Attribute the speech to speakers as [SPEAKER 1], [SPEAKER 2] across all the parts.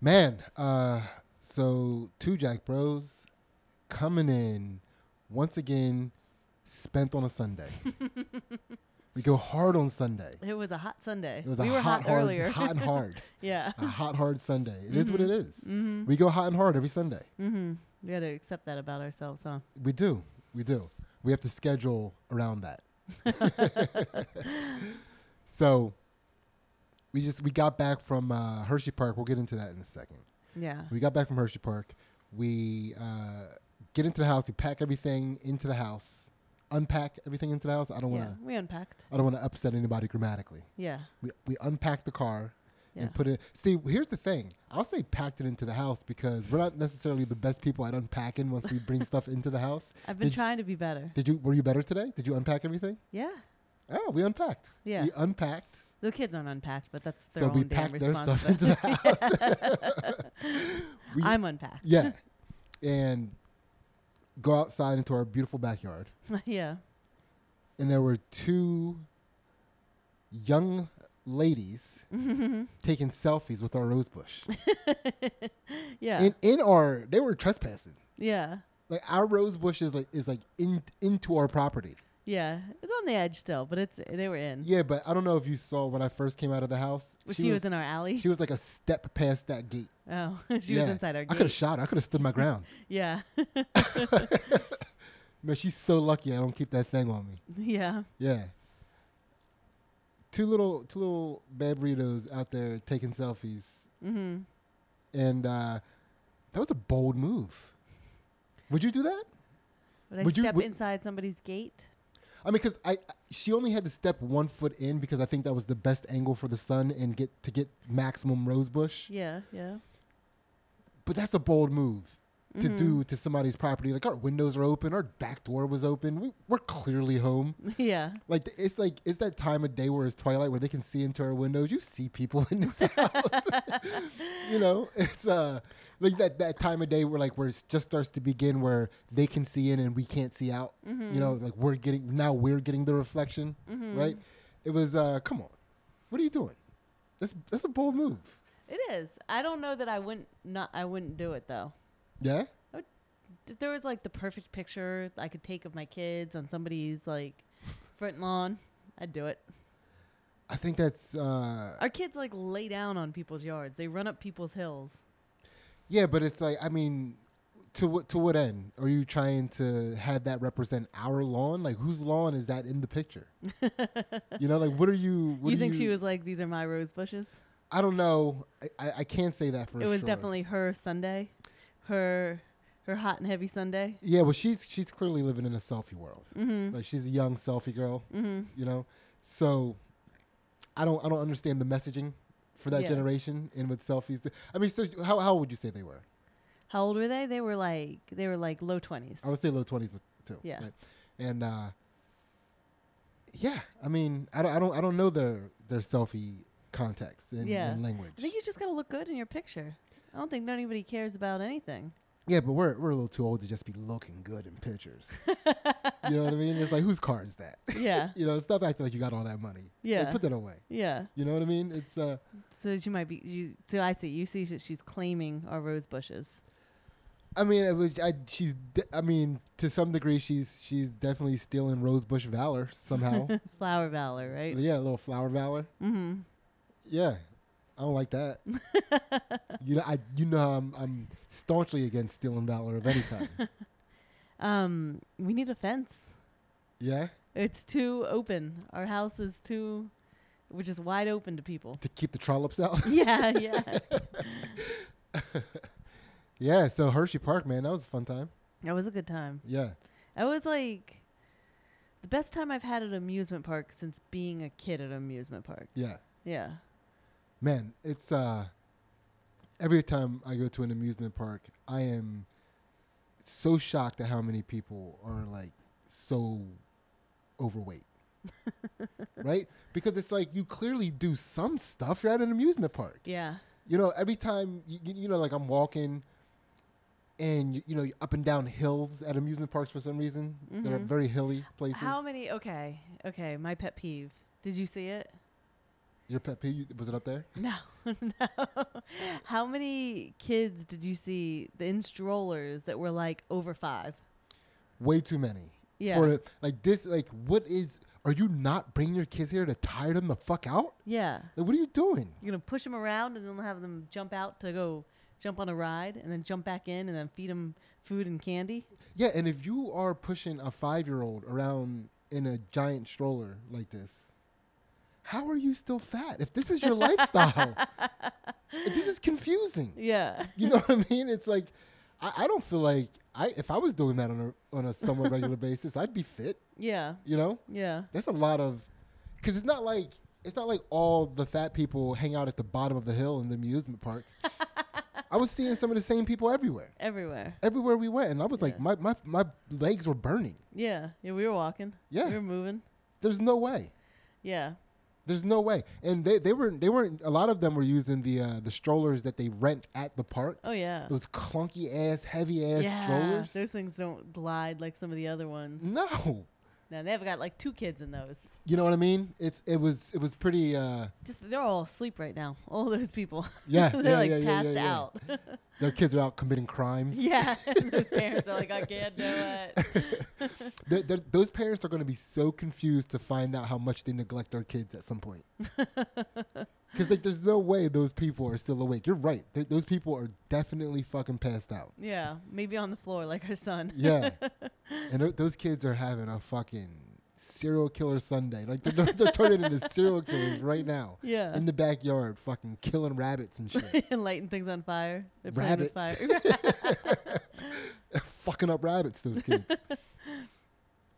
[SPEAKER 1] Man, uh, so two Jack Bros coming in once again, spent on a Sunday. we go hard on Sunday.
[SPEAKER 2] It was a hot Sunday.
[SPEAKER 1] It was
[SPEAKER 2] we
[SPEAKER 1] a
[SPEAKER 2] were hot,
[SPEAKER 1] hot, hard,
[SPEAKER 2] earlier. Mm-hmm.
[SPEAKER 1] hot and hard,
[SPEAKER 2] yeah.
[SPEAKER 1] a hot hard Sunday. It is what it is. We go hot and hard every Sunday.
[SPEAKER 2] Mm-hmm. We got to accept that about ourselves, huh?
[SPEAKER 1] We do, we do. We have to schedule around that. so we just we got back from uh, Hershey Park. We'll get into that in a second.
[SPEAKER 2] Yeah.
[SPEAKER 1] We got back from Hershey Park. We uh, get into the house. We pack everything into the house. Unpack everything into the house. I don't
[SPEAKER 2] yeah.
[SPEAKER 1] want to.
[SPEAKER 2] We unpacked.
[SPEAKER 1] I don't want to upset anybody grammatically.
[SPEAKER 2] Yeah.
[SPEAKER 1] We we unpack the car
[SPEAKER 2] Yeah.
[SPEAKER 1] and put it. See, here's the thing. I'll say packed it into the house because we're not necessarily the best people at unpacking once we bring stuff into the house.
[SPEAKER 2] I've been
[SPEAKER 1] did-
[SPEAKER 2] trying to be better.
[SPEAKER 1] Did you? Were you better today? Did you unpack everything?
[SPEAKER 2] Yeah.
[SPEAKER 1] Oh, we unpacked.
[SPEAKER 2] Yeah.
[SPEAKER 1] We unpacked.
[SPEAKER 2] The kids aren't unpacked, but that's their
[SPEAKER 1] so
[SPEAKER 2] own
[SPEAKER 1] we
[SPEAKER 2] damn
[SPEAKER 1] packed their stuff into
[SPEAKER 2] responsibility.
[SPEAKER 1] the house. We-
[SPEAKER 2] I'm unpacked.
[SPEAKER 1] yeah. And go outside into our beautiful backyard.
[SPEAKER 2] yeah.
[SPEAKER 1] And there were two young ladies taking selfies with our rose bush.
[SPEAKER 2] Yeah.
[SPEAKER 1] And in our they were trespassing.
[SPEAKER 2] yeah.
[SPEAKER 1] Like our rose bush is like is like in into our property.
[SPEAKER 2] Yeah. It's on the edge still, but it's they were in.
[SPEAKER 1] Yeah, but I don't know if you saw when I first came out of the house.
[SPEAKER 2] Mm-hmm. Well, she, was, in our alley.
[SPEAKER 1] she was like a step past that gate.
[SPEAKER 2] oh, she was
[SPEAKER 1] Yeah.
[SPEAKER 2] inside our
[SPEAKER 1] I could have
[SPEAKER 2] gate.
[SPEAKER 1] shot her. I could have stood my ground.
[SPEAKER 2] yeah.
[SPEAKER 1] Man, she's so lucky I don't keep that thing on me.
[SPEAKER 2] yeah.
[SPEAKER 1] Yeah. Two little two little bad burritos out there taking selfies.
[SPEAKER 2] Mhm.
[SPEAKER 1] And uh, that was a bold move. Would you do that?
[SPEAKER 2] Would I
[SPEAKER 1] Would you-
[SPEAKER 2] step
[SPEAKER 1] would-
[SPEAKER 2] inside somebody's gate?
[SPEAKER 1] I mean, because I she only had to step one foot in because I think that was the best angle for the sun and get to get maximum rose bush.
[SPEAKER 2] Yeah, yeah.
[SPEAKER 1] But that's a bold move
[SPEAKER 2] Mm-hmm.
[SPEAKER 1] to do to somebody's property. Like our windows are open, our back door was open. We, we're clearly home.
[SPEAKER 2] Yeah.
[SPEAKER 1] Like th- it's like it's that time of day where it's twilight where they can see into our windows. You see people in this house. you know, it's uh like that that time of day where like where it just starts to begin where they can see in and we can't see out.
[SPEAKER 2] Mm-hmm.
[SPEAKER 1] You know, like we're getting now we're getting the reflection,
[SPEAKER 2] Hmm.
[SPEAKER 1] right? It was uh come on. What are you doing? That's that's a bold move.
[SPEAKER 2] It is. I don't know that I wouldn't not I wouldn't do it though.
[SPEAKER 1] Yeah?
[SPEAKER 2] If there was like the perfect picture I could take of my kids on somebody's like front lawn, I'd do it.
[SPEAKER 1] I think that's uh
[SPEAKER 2] Our kids like lay down on people's yards. They run up people's hills.
[SPEAKER 1] Yeah, but it's like I mean, to what to what end are you trying to have that represent our lawn? Like whose lawn is that in the picture? you know, like what are you? What
[SPEAKER 2] you
[SPEAKER 1] are
[SPEAKER 2] think she was like, These are my rose bushes?
[SPEAKER 1] I don't know. I, I, I can't say that for.
[SPEAKER 2] it was
[SPEAKER 1] sure.
[SPEAKER 2] definitely her Sunday. Her her hot and heavy Sunday. Mm-hmm.
[SPEAKER 1] Yeah, well, she's she's clearly living in a selfie world. Like she's a young selfie girl. You know, so I don't I don't understand the messaging for that
[SPEAKER 2] Yeah.
[SPEAKER 1] generation and with selfies. I mean, so how how would you say they were?
[SPEAKER 2] How old were they? They were like they were like low twenties.
[SPEAKER 1] I would say low twenties with two.
[SPEAKER 2] Yeah.
[SPEAKER 1] right? And uh, yeah, I mean, I don't, I don't, I don't know their their selfie context and,
[SPEAKER 2] Yeah.
[SPEAKER 1] and language.
[SPEAKER 2] I think you just gotta look good in your picture. I don't think anybody cares about anything.
[SPEAKER 1] yeah, but we're we're a little too old to just be looking good in pictures. you know what I mean? It's like whose car is that?
[SPEAKER 2] Yeah.
[SPEAKER 1] you know, stop acting like you got all that money. Like,
[SPEAKER 2] Yeah.
[SPEAKER 1] put that away.
[SPEAKER 2] yeah.
[SPEAKER 1] You know what I mean? It's uh,
[SPEAKER 2] So she might be. You, so I see. You see that she's claiming our rose bushes.
[SPEAKER 1] I mean, it was. I, she's. De- I mean, to some degree, she's she's definitely stealing Rosebush valor somehow.
[SPEAKER 2] Flower Valor, right?
[SPEAKER 1] yeah, a little flower valor.
[SPEAKER 2] Mm-hmm.
[SPEAKER 1] Yeah, I don't like that. you know, I you know I'm I'm staunchly against stealing valor of any kind.
[SPEAKER 2] Um, we need a fence.
[SPEAKER 1] yeah,
[SPEAKER 2] It's too open. Our house is too, which is wide open to people.
[SPEAKER 1] to keep the trollops out.
[SPEAKER 2] yeah, yeah.
[SPEAKER 1] yeah, so Hershey Park, man, that was a fun time.
[SPEAKER 2] That was a good time.
[SPEAKER 1] Yeah,
[SPEAKER 2] That was like the best time I've had at amusement park since being a kid at amusement park.
[SPEAKER 1] yeah,
[SPEAKER 2] Yeah.
[SPEAKER 1] man, it's uh, every time I go to an amusement park, I am so shocked at how many people are like so overweight. right? Because it's like you clearly do some stuff. You're at an amusement park.
[SPEAKER 2] Yeah.
[SPEAKER 1] you know, every time you, you you know, like I'm walking, and you, you know, you're up and down hills at amusement parks for some reason. They're very hilly places.
[SPEAKER 2] How many? Okay. Okay. My pet peeve. Did you see it?
[SPEAKER 1] Your pet peeve you- was it up there?
[SPEAKER 2] No, no. How many kids did you see the in strollers that were like over five?
[SPEAKER 1] Way too many.
[SPEAKER 2] Yeah.
[SPEAKER 1] For like this, like what is? Are you not bringing your kids here to tire them the fuck out?
[SPEAKER 2] Yeah.
[SPEAKER 1] Like what are you doing?
[SPEAKER 2] You're going to push them around and then have them jump out to go jump on a ride and then jump back in and then feed them food and candy?
[SPEAKER 1] Yeah, and if you are pushing a five-year-old around in a giant stroller like this, how are you still fat? If this is your lifestyle, this is confusing.
[SPEAKER 2] Yeah.
[SPEAKER 1] You know what I mean? It's like I, I don't feel like I if I was doing that on a on a somewhat regular basis, I'd be fit.
[SPEAKER 2] Yeah.
[SPEAKER 1] You know,
[SPEAKER 2] Yeah.
[SPEAKER 1] that's a lot of because it's not like it's not like all the fat people hang out at the bottom of the hill in the amusement park. I was seeing some of the same people everywhere,
[SPEAKER 2] Everywhere.
[SPEAKER 1] everywhere we went, and I was like,
[SPEAKER 2] Yeah.
[SPEAKER 1] my my my legs were burning.
[SPEAKER 2] Yeah. Yeah. We were walking.
[SPEAKER 1] Yeah.
[SPEAKER 2] We were moving.
[SPEAKER 1] There's no way.
[SPEAKER 2] Yeah.
[SPEAKER 1] There's no way. And they, they were they weren't a lot of them were using the uh, the strollers that they rent at the park.
[SPEAKER 2] Oh, yeah.
[SPEAKER 1] Those clunky ass, heavy ass
[SPEAKER 2] yeah.
[SPEAKER 1] strollers.
[SPEAKER 2] Those things don't glide like some of the other ones.
[SPEAKER 1] no.
[SPEAKER 2] No, they've got like two kids in those.
[SPEAKER 1] You know what I mean? It's it was it was pretty uh
[SPEAKER 2] Just they're all asleep right now. All those people.
[SPEAKER 1] Yeah,
[SPEAKER 2] they're
[SPEAKER 1] yeah,
[SPEAKER 2] like
[SPEAKER 1] yeah, yeah,
[SPEAKER 2] passed
[SPEAKER 1] yeah, yeah.
[SPEAKER 2] out.
[SPEAKER 1] their kids are out committing crimes.
[SPEAKER 2] yeah, and those parents are like, I can't do it.
[SPEAKER 1] They're- they're- those parents are going to be so confused to find out how much they neglect their kids at some point. Because like, there's no way those people are still awake. You're right. Th- those people are definitely fucking passed out.
[SPEAKER 2] Yeah, maybe on the floor like her son.
[SPEAKER 1] Yeah, and th- those kids are having a fucking serial killer Sunday. Like they're, they're, they're turning into serial killers right now
[SPEAKER 2] Yeah,
[SPEAKER 1] in the backyard, fucking killing rabbits and shit.
[SPEAKER 2] and lighting things on fire. They're
[SPEAKER 1] Rabbits.
[SPEAKER 2] playing with fire.
[SPEAKER 1] fucking up rabbits. Those kids.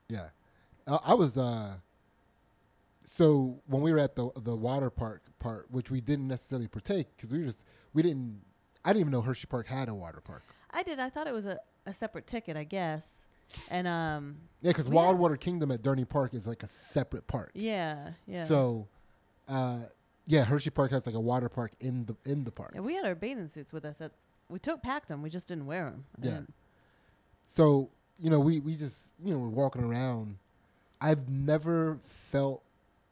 [SPEAKER 1] yeah, I, I was. uh So when we were at the the water park part, which we didn't necessarily partake because we were just we didn't. I didn't even know Hershey Park had a water park.
[SPEAKER 2] I did. I thought it was a, a separate ticket, I guess. And um,
[SPEAKER 1] Yeah, because
[SPEAKER 2] We
[SPEAKER 1] Wild
[SPEAKER 2] had-
[SPEAKER 1] Water Kingdom at Durney Park is like a separate park.
[SPEAKER 2] yeah, yeah.
[SPEAKER 1] So, uh, yeah, Hershey Park has like a water park in the in the park.
[SPEAKER 2] yeah, we had our bathing suits with us. At we took packed them. We just didn't wear them.
[SPEAKER 1] Yeah. So, you know, we, we just, you know, we're walking around. I've never felt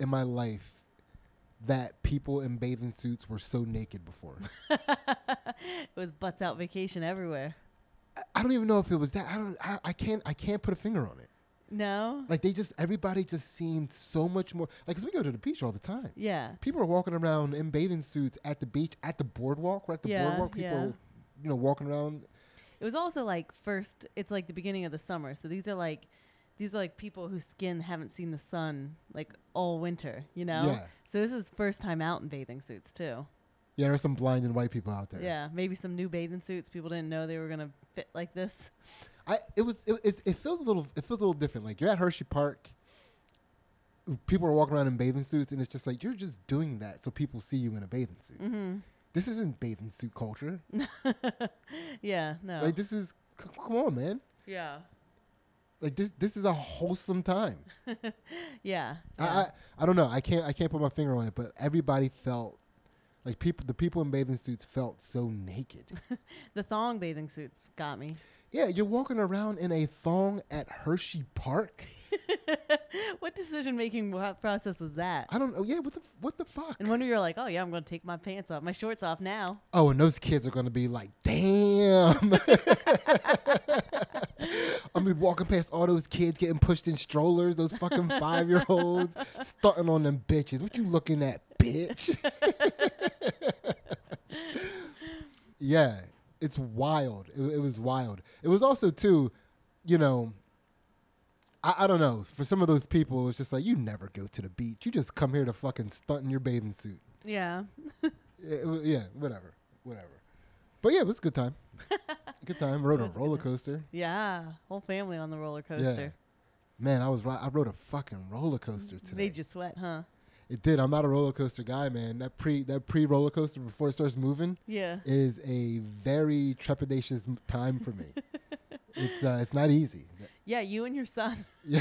[SPEAKER 1] in my life that people in bathing suits were so naked before.
[SPEAKER 2] it was butts out vacation everywhere.
[SPEAKER 1] I- I don't even know if it was that. I don't I, I can't I can't put a finger on it.
[SPEAKER 2] No.
[SPEAKER 1] Like they just everybody just seemed so much more like 'cause we go to the beach all the time.
[SPEAKER 2] Yeah.
[SPEAKER 1] People are walking around in bathing suits at the beach, at the boardwalk, We're at the
[SPEAKER 2] Yeah,
[SPEAKER 1] boardwalk people
[SPEAKER 2] yeah.
[SPEAKER 1] are, you know walking around.
[SPEAKER 2] It was also like first. It's like the beginning of the summer, so these are like these are like people whose skin haven't seen the sun like all winter. You know.
[SPEAKER 1] Yeah.
[SPEAKER 2] So this is first time out in bathing suits too.
[SPEAKER 1] Yeah, there's some blind and white people out there.
[SPEAKER 2] Yeah, maybe some new bathing suits. People didn't know they were gonna fit like this.
[SPEAKER 1] I it was it, it's- it feels a little it feels a little different. Like you're at Hershey Park, people are walking around in bathing suits, and it's just like you're just doing that so people see you in a bathing suit.
[SPEAKER 2] Mm-hmm.
[SPEAKER 1] This isn't bathing suit culture.
[SPEAKER 2] Yeah. No.
[SPEAKER 1] Like this is c- come on, man.
[SPEAKER 2] yeah.
[SPEAKER 1] Like this this is a wholesome time.
[SPEAKER 2] Yeah.
[SPEAKER 1] I,
[SPEAKER 2] yeah.
[SPEAKER 1] I I don't know. I can't I can't put my finger on it, but everybody felt like people the people in bathing suits felt so naked.
[SPEAKER 2] the thong bathing suits got me.
[SPEAKER 1] yeah, you're walking around in a thong at Hershey Park.
[SPEAKER 2] What decision making process is that?
[SPEAKER 1] I don't know. Yeah, what the what the fuck?
[SPEAKER 2] And when you're like, oh yeah, I'm gonna take my pants off, my shorts off now.
[SPEAKER 1] Oh, and those kids are gonna be like, damn. I'm gonna be walking past all those kids getting pushed in strollers, those fucking five year olds, stunting on them bitches. What you looking at, bitch? yeah, it's wild. It, it was wild. It was also too, you know. I, I don't know. For some of those people, it was just like you never go to the beach. You just come here to fucking stunt in your bathing suit.
[SPEAKER 2] Yeah.
[SPEAKER 1] Yeah, it wa- yeah, whatever, whatever. But yeah, it was a good time. good time. Rode
[SPEAKER 2] It
[SPEAKER 1] a
[SPEAKER 2] was a good
[SPEAKER 1] roller
[SPEAKER 2] time.
[SPEAKER 1] coaster.
[SPEAKER 2] Yeah. Whole family on the roller coaster.
[SPEAKER 1] Man, I was ri- I rode a fucking roller coaster today.
[SPEAKER 2] Made you sweat, huh?
[SPEAKER 1] it did. I'm not a roller coaster guy, man. That pre that pre roller coaster before it starts moving
[SPEAKER 2] Yeah.
[SPEAKER 1] is a very trepidatious m- time for me. it's uh, it's not easy.
[SPEAKER 2] Yeah, you and your son.
[SPEAKER 1] Yeah.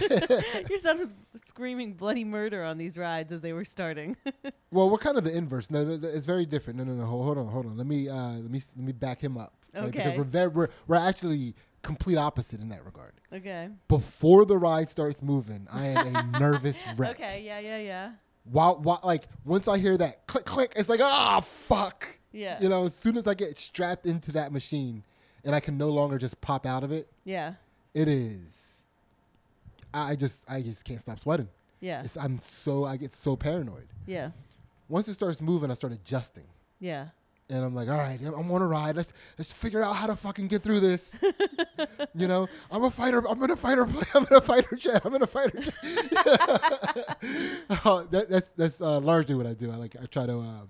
[SPEAKER 2] your son was screaming bloody murder on these rides as they were starting.
[SPEAKER 1] well, we're kind of the inverse. No, th- th- it's very different. No, no, no. Hold, hold on, hold on. Let me uh, let me s- let me back him up. Because
[SPEAKER 2] Okay.
[SPEAKER 1] we're very we're, we're actually complete opposite in that regard.
[SPEAKER 2] okay.
[SPEAKER 1] before the ride starts moving, I am a nervous wreck.
[SPEAKER 2] Okay. Yeah. Yeah. Yeah.
[SPEAKER 1] while, while like once I hear that click click, it's like ah fuck.
[SPEAKER 2] Yeah.
[SPEAKER 1] You know, as soon as I get strapped into that machine, and I can no longer just pop out of it,
[SPEAKER 2] Yeah.
[SPEAKER 1] it is. I I just I just can't stop sweating.
[SPEAKER 2] Yeah.
[SPEAKER 1] It's, I'm so I get so paranoid.
[SPEAKER 2] Yeah.
[SPEAKER 1] Once it starts moving, I start adjusting,
[SPEAKER 2] Yeah.
[SPEAKER 1] and I'm like, all right, I'm- I'm on a ride. Let's let's figure out how to fucking get through this. you know, I'm a fighter. I'm in a fighter. pla- I'm in a fighter jet. I'm in a fighter jet. Oh, that, that's that's uh, largely what I do. I like I try to um,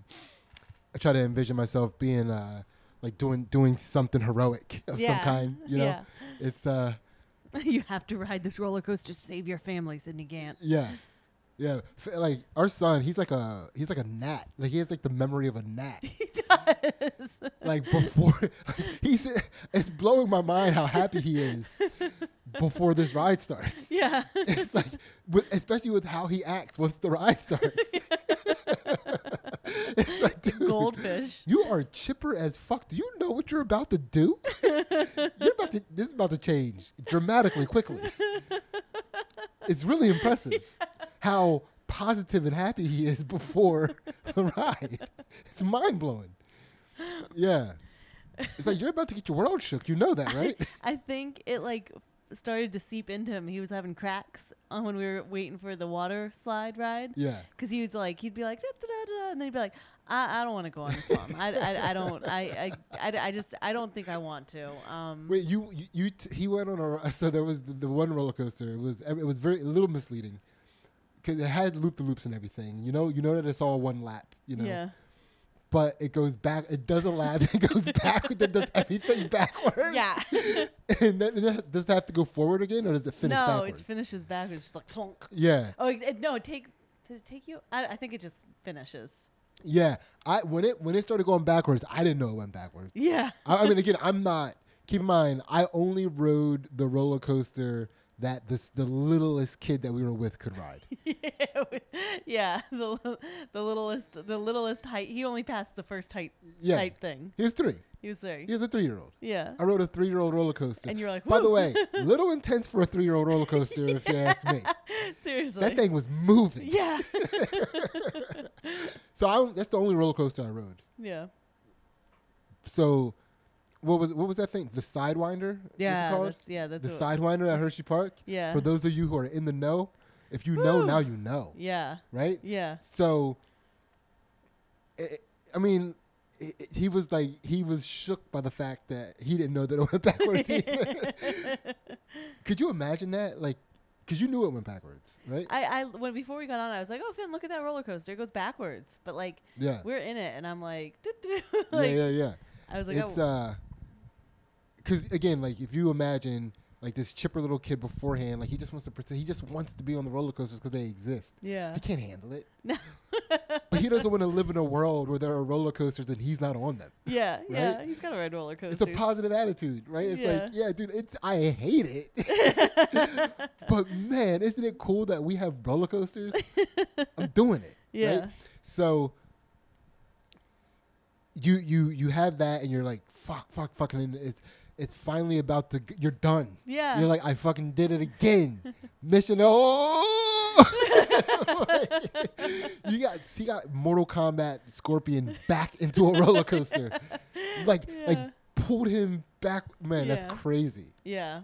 [SPEAKER 1] I try to envision myself being uh, like doing doing something heroic of
[SPEAKER 2] Yeah.
[SPEAKER 1] some kind. You know,
[SPEAKER 2] Yeah.
[SPEAKER 1] it's uh
[SPEAKER 2] you have to ride this roller coaster to save your family, Sydney Gant.
[SPEAKER 1] yeah yeah F- like our son he's like a he's like a gnat like he has like the memory of a gnat
[SPEAKER 2] He does.
[SPEAKER 1] like before he's it's blowing my mind how happy he is before this ride starts
[SPEAKER 2] yeah.
[SPEAKER 1] it's like with, especially with how he acts once the ride starts it's like dude
[SPEAKER 2] Goldfish.
[SPEAKER 1] You are chipper as fuck. Do you know what you're about to do? you're about to. This is about to change dramatically, quickly. it's really impressive how positive and happy he is before the ride. It's mind blowing. Yeah, it's like you're about to get your world shook. You know that, right?
[SPEAKER 2] I think it like started to seep into him. He was having cracks on when we were waiting for the water slide ride.
[SPEAKER 1] yeah.
[SPEAKER 2] Cause he was like, he'd be like, da, da, da, da, and then he'd be like, I, I don't want to go on this, mom. I, I, I don't, I, I, I, I just, I don't think I want to. Um,
[SPEAKER 1] Wait, you you, you t- he went on a ro- so there was the, the one roller coaster. It was it was very a little misleading because it had loop the loops and everything. You know you know that it's all one lap. You know,
[SPEAKER 2] yeah,
[SPEAKER 1] but it goes back. It does a lap. It goes back. It does everything backwards.
[SPEAKER 2] yeah.
[SPEAKER 1] and then, and then does it have to go forward again, or does it finish
[SPEAKER 2] no,
[SPEAKER 1] backwards?
[SPEAKER 2] it finishes backwards, just like clunk.
[SPEAKER 1] yeah,
[SPEAKER 2] Oh, it, it- no, it takes. Did it take you? I, I think it just finishes.
[SPEAKER 1] yeah. I when it when it started going backwards, I didn't know it went backwards.
[SPEAKER 2] Yeah.
[SPEAKER 1] I, I mean, again, I'm not. Keep in mind, I only rode the roller coaster that this the littlest kid that we were with could ride.
[SPEAKER 2] yeah. The li- the littlest the littlest height. He only passed the first height
[SPEAKER 1] Yeah.
[SPEAKER 2] height thing.
[SPEAKER 1] He was three.
[SPEAKER 2] He was there.
[SPEAKER 1] He was a three year old.
[SPEAKER 2] Yeah.
[SPEAKER 1] I rode a three year old roller coaster.
[SPEAKER 2] And you're like,
[SPEAKER 1] by the
[SPEAKER 2] "Woo."
[SPEAKER 1] way, little intense for a three year old roller coaster, if you ask me.
[SPEAKER 2] Seriously.
[SPEAKER 1] That thing was moving.
[SPEAKER 2] Yeah.
[SPEAKER 1] So I, that's the only roller coaster I rode.
[SPEAKER 2] yeah.
[SPEAKER 1] So, what was what was that thing? The Sidewinder. was it
[SPEAKER 2] Yeah.
[SPEAKER 1] called?
[SPEAKER 2] That's, yeah. That's
[SPEAKER 1] the
[SPEAKER 2] what-
[SPEAKER 1] Sidewinder at Hershey Park.
[SPEAKER 2] Yeah.
[SPEAKER 1] For those of you who are in the know, if you know
[SPEAKER 2] Woo.
[SPEAKER 1] now, you know,
[SPEAKER 2] Yeah.
[SPEAKER 1] right?
[SPEAKER 2] Yeah.
[SPEAKER 1] So, i I mean, i i- he was like he was shook by the fact that he didn't know that it went backwards either. Could you imagine that? Like, because you knew it went backwards, right?
[SPEAKER 2] I, I when before we got on, I was like, "Oh, Finn, look at that roller coaster! It goes backwards." But like,
[SPEAKER 1] yeah.
[SPEAKER 2] we're in it, and I'm like, like
[SPEAKER 1] yeah, yeah, yeah.
[SPEAKER 2] I was like,
[SPEAKER 1] it's
[SPEAKER 2] oh,
[SPEAKER 1] uh because again like if you imagine like this chipper little kid beforehand like he just wants to pretend he just wants to be on the roller coasters because they exist
[SPEAKER 2] yeah,
[SPEAKER 1] he can't handle it but he doesn't want to live in a world where there are roller coasters and he's not on them
[SPEAKER 2] yeah, yeah." He's got a red roller coaster.
[SPEAKER 1] it's a positive attitude right it's like yeah dude it's i hate it but man isn't it cool that we have roller coasters i'm doing it
[SPEAKER 2] Yeah.
[SPEAKER 1] right? so you you you have that and you're like fuck fuck fucking and it's it's finally about to g- you're done
[SPEAKER 2] Yeah.
[SPEAKER 1] you're like i fucking did it again mission oh you got you got mortal kombat scorpion back into a roller coaster like like
[SPEAKER 2] Yeah.
[SPEAKER 1] pulled him back man
[SPEAKER 2] Yeah.
[SPEAKER 1] that's crazy
[SPEAKER 2] Yeah.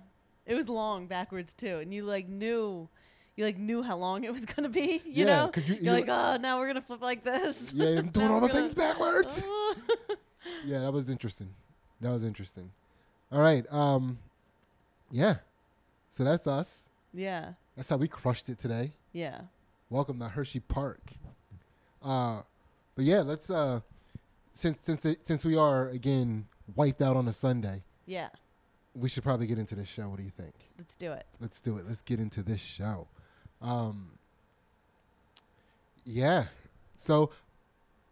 [SPEAKER 2] It was long backwards too, and you like knew, you like knew how long it was gonna be. You
[SPEAKER 1] Yeah,
[SPEAKER 2] know,
[SPEAKER 1] 'cause you-
[SPEAKER 2] are
[SPEAKER 1] you're
[SPEAKER 2] like, oh, now we're gonna flip like this.
[SPEAKER 1] yeah i'm doing
[SPEAKER 2] Now
[SPEAKER 1] all the
[SPEAKER 2] we're gonna-
[SPEAKER 1] things backwards
[SPEAKER 2] Oh.
[SPEAKER 1] yeah, that was interesting. That was interesting. All right. Um, yeah. So that's us.
[SPEAKER 2] yeah,
[SPEAKER 1] That's how we crushed it today.
[SPEAKER 2] yeah,
[SPEAKER 1] Welcome to Hershey Park. Uh, but yeah, let's uh, since since it, since we are again wiped out on a Sunday,
[SPEAKER 2] yeah.
[SPEAKER 1] we should probably get into this show. What do you think?
[SPEAKER 2] Let's do it.
[SPEAKER 1] Let's do it. Let's get into this show. Um, yeah. So,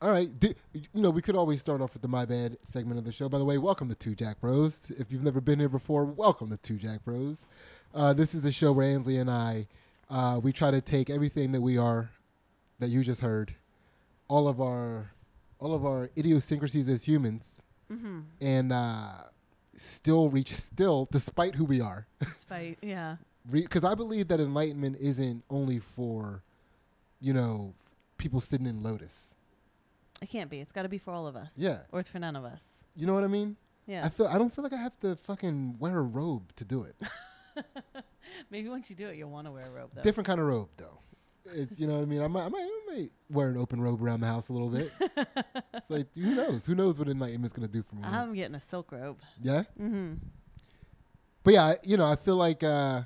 [SPEAKER 1] all right. D- you know, we could always start off with the My Bad segment of the show. By the way, welcome to Two Jack Bros. If you've never been here before, welcome to Two Jack Bros. Uh, this is the show where Ansley and I, uh, we try to take everything that we are, that you just heard, all of our, all of our idiosyncrasies as humans,
[SPEAKER 2] Mm-hmm.
[SPEAKER 1] and uh, still reach still despite who we are
[SPEAKER 2] Despite, yeah,
[SPEAKER 1] because I believe that enlightenment isn't only for, you know, people sitting in lotus.
[SPEAKER 2] It can't be. It's got to be for all of us.
[SPEAKER 1] Yeah.
[SPEAKER 2] Or it's for none of us.
[SPEAKER 1] You know what I mean?
[SPEAKER 2] Yeah.
[SPEAKER 1] I feel I don't feel like I have to fucking wear a robe to do it.
[SPEAKER 2] Maybe once you do it, you'll want to wear a robe, though.
[SPEAKER 1] Different kind of robe though. It's you know what I mean. I might, I might I might wear an open robe around the house a little bit. it's like who knows? Who knows what an enlightenment's gonna do for me?
[SPEAKER 2] I'm getting a silk robe.
[SPEAKER 1] yeah.
[SPEAKER 2] Mm-hmm.
[SPEAKER 1] But yeah, I- you know, I feel like uh,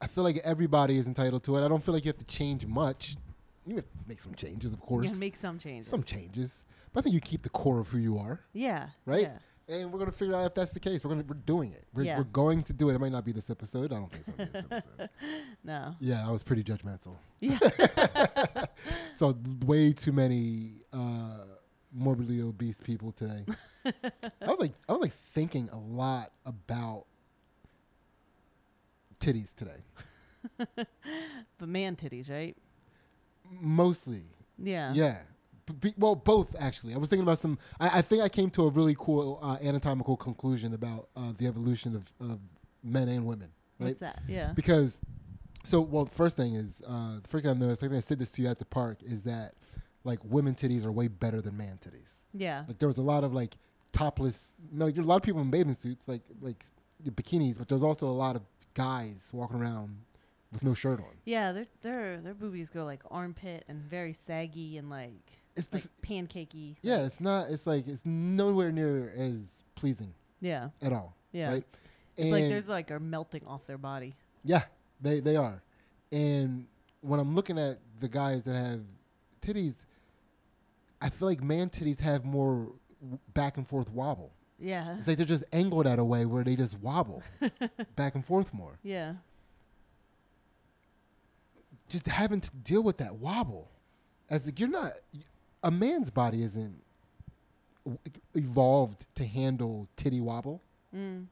[SPEAKER 1] I feel like everybody is entitled to it. I don't feel like you have to change much. You have to make some changes, of
[SPEAKER 2] You
[SPEAKER 1] course.
[SPEAKER 2] can make some changes.
[SPEAKER 1] some changes, but I think you keep the core of who you are,
[SPEAKER 2] Yeah.
[SPEAKER 1] right?
[SPEAKER 2] Yeah.
[SPEAKER 1] And we're gonna figure out if that's the case. We're gonna we're doing it. We're,
[SPEAKER 2] Yeah.
[SPEAKER 1] we're going to do it. It might not be this episode. I don't think it's gonna be this episode.
[SPEAKER 2] No.
[SPEAKER 1] Yeah, I was pretty judgmental.
[SPEAKER 2] Yeah.
[SPEAKER 1] So way too many uh, morbidly obese people today. I was like, I was like thinking a lot about titties today,
[SPEAKER 2] but man titties, right?
[SPEAKER 1] mostly.
[SPEAKER 2] Yeah.
[SPEAKER 1] Yeah. B- b- well, both actually. I was thinking about some. I, I think I came to a really cool uh, anatomical conclusion about uh, the evolution of, of men and women, right?
[SPEAKER 2] What's that? Yeah.
[SPEAKER 1] Because, so well, first thing is uh, the first thing I noticed. I think I said this to you at the park is that like women titties are way better than man titties.
[SPEAKER 2] yeah.
[SPEAKER 1] Like there was a lot of like topless, no, like, there were a lot of people in bathing suits, like like the bikinis, but there's also a lot of guys walking around with no shirt on.
[SPEAKER 2] Yeah, their their their boobies go like armpit and very saggy and like
[SPEAKER 1] It's
[SPEAKER 2] like
[SPEAKER 1] this,
[SPEAKER 2] pancakey.
[SPEAKER 1] yeah, it's not. It's like it's nowhere near as pleasing
[SPEAKER 2] Yeah.
[SPEAKER 1] at all.
[SPEAKER 2] Yeah.
[SPEAKER 1] Right?
[SPEAKER 2] It's like there's like are melting off their body.
[SPEAKER 1] yeah, they they are. And when I'm looking at the guys that have titties, I feel like man titties have more w- back and forth wobble.
[SPEAKER 2] Yeah.
[SPEAKER 1] It's like they're just angled at a way where they just wobble back and forth more.
[SPEAKER 2] Yeah.
[SPEAKER 1] just having to deal with that wobble. As like you're not a man's body isn't w- e, evolved to handle titty wobble.
[SPEAKER 2] Mm.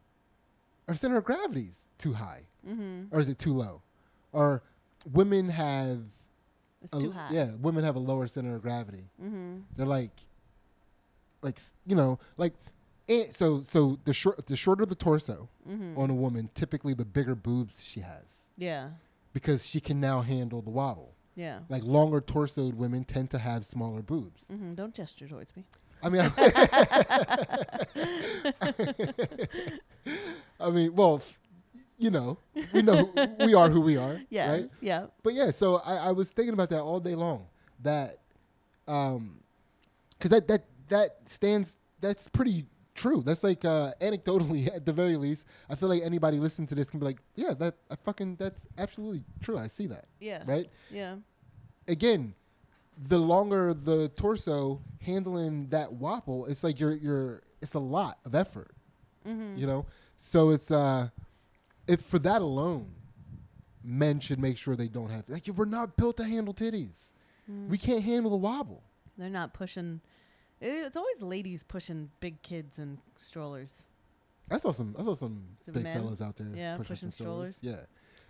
[SPEAKER 1] Our center of gravity's too high,
[SPEAKER 2] Mm-hmm.
[SPEAKER 1] or is it too low? Or women have
[SPEAKER 2] It's
[SPEAKER 1] a-
[SPEAKER 2] too hot.
[SPEAKER 1] yeah, women have a lower center of gravity.
[SPEAKER 2] Mm-hmm.
[SPEAKER 1] They're like, like s- you know, like it, so so the short the shorter the torso
[SPEAKER 2] Mm-hmm.
[SPEAKER 1] on a woman, typically the bigger boobs she has
[SPEAKER 2] Yeah.
[SPEAKER 1] because she can now handle the wobble.
[SPEAKER 2] Yeah.
[SPEAKER 1] like longer torsoed women tend to have smaller boobs.
[SPEAKER 2] Mm-hmm. Don't gesture towards me.
[SPEAKER 1] I mean, I mean, well, f- you know, we know who- we are who we are,
[SPEAKER 2] Yes.
[SPEAKER 1] right?
[SPEAKER 2] Yeah.
[SPEAKER 1] But yeah, so I, I was thinking about that all day long. That, um, because that that that stands. That's pretty true. That's like uh, anecdotally, at the very least. I feel like anybody listening to this can be like, yeah, that I fucking that's absolutely true. I see that,
[SPEAKER 2] Yeah.
[SPEAKER 1] right?
[SPEAKER 2] Yeah.
[SPEAKER 1] again, the longer the torso handling that wobble, it's like you're you're it's a lot of effort,
[SPEAKER 2] Mm-hmm.
[SPEAKER 1] you know. So it's uh, if for that alone, men should make sure they don't have like we're not built to handle titties. We
[SPEAKER 2] Mm-hmm.
[SPEAKER 1] can't handle the wobble.
[SPEAKER 2] Mm. They're not pushing. it- It's always ladies pushing big kids and strollers.
[SPEAKER 1] I saw some I saw some
[SPEAKER 2] Some
[SPEAKER 1] big
[SPEAKER 2] men?
[SPEAKER 1] fellas out there
[SPEAKER 2] Yeah, pushing
[SPEAKER 1] some Yeah,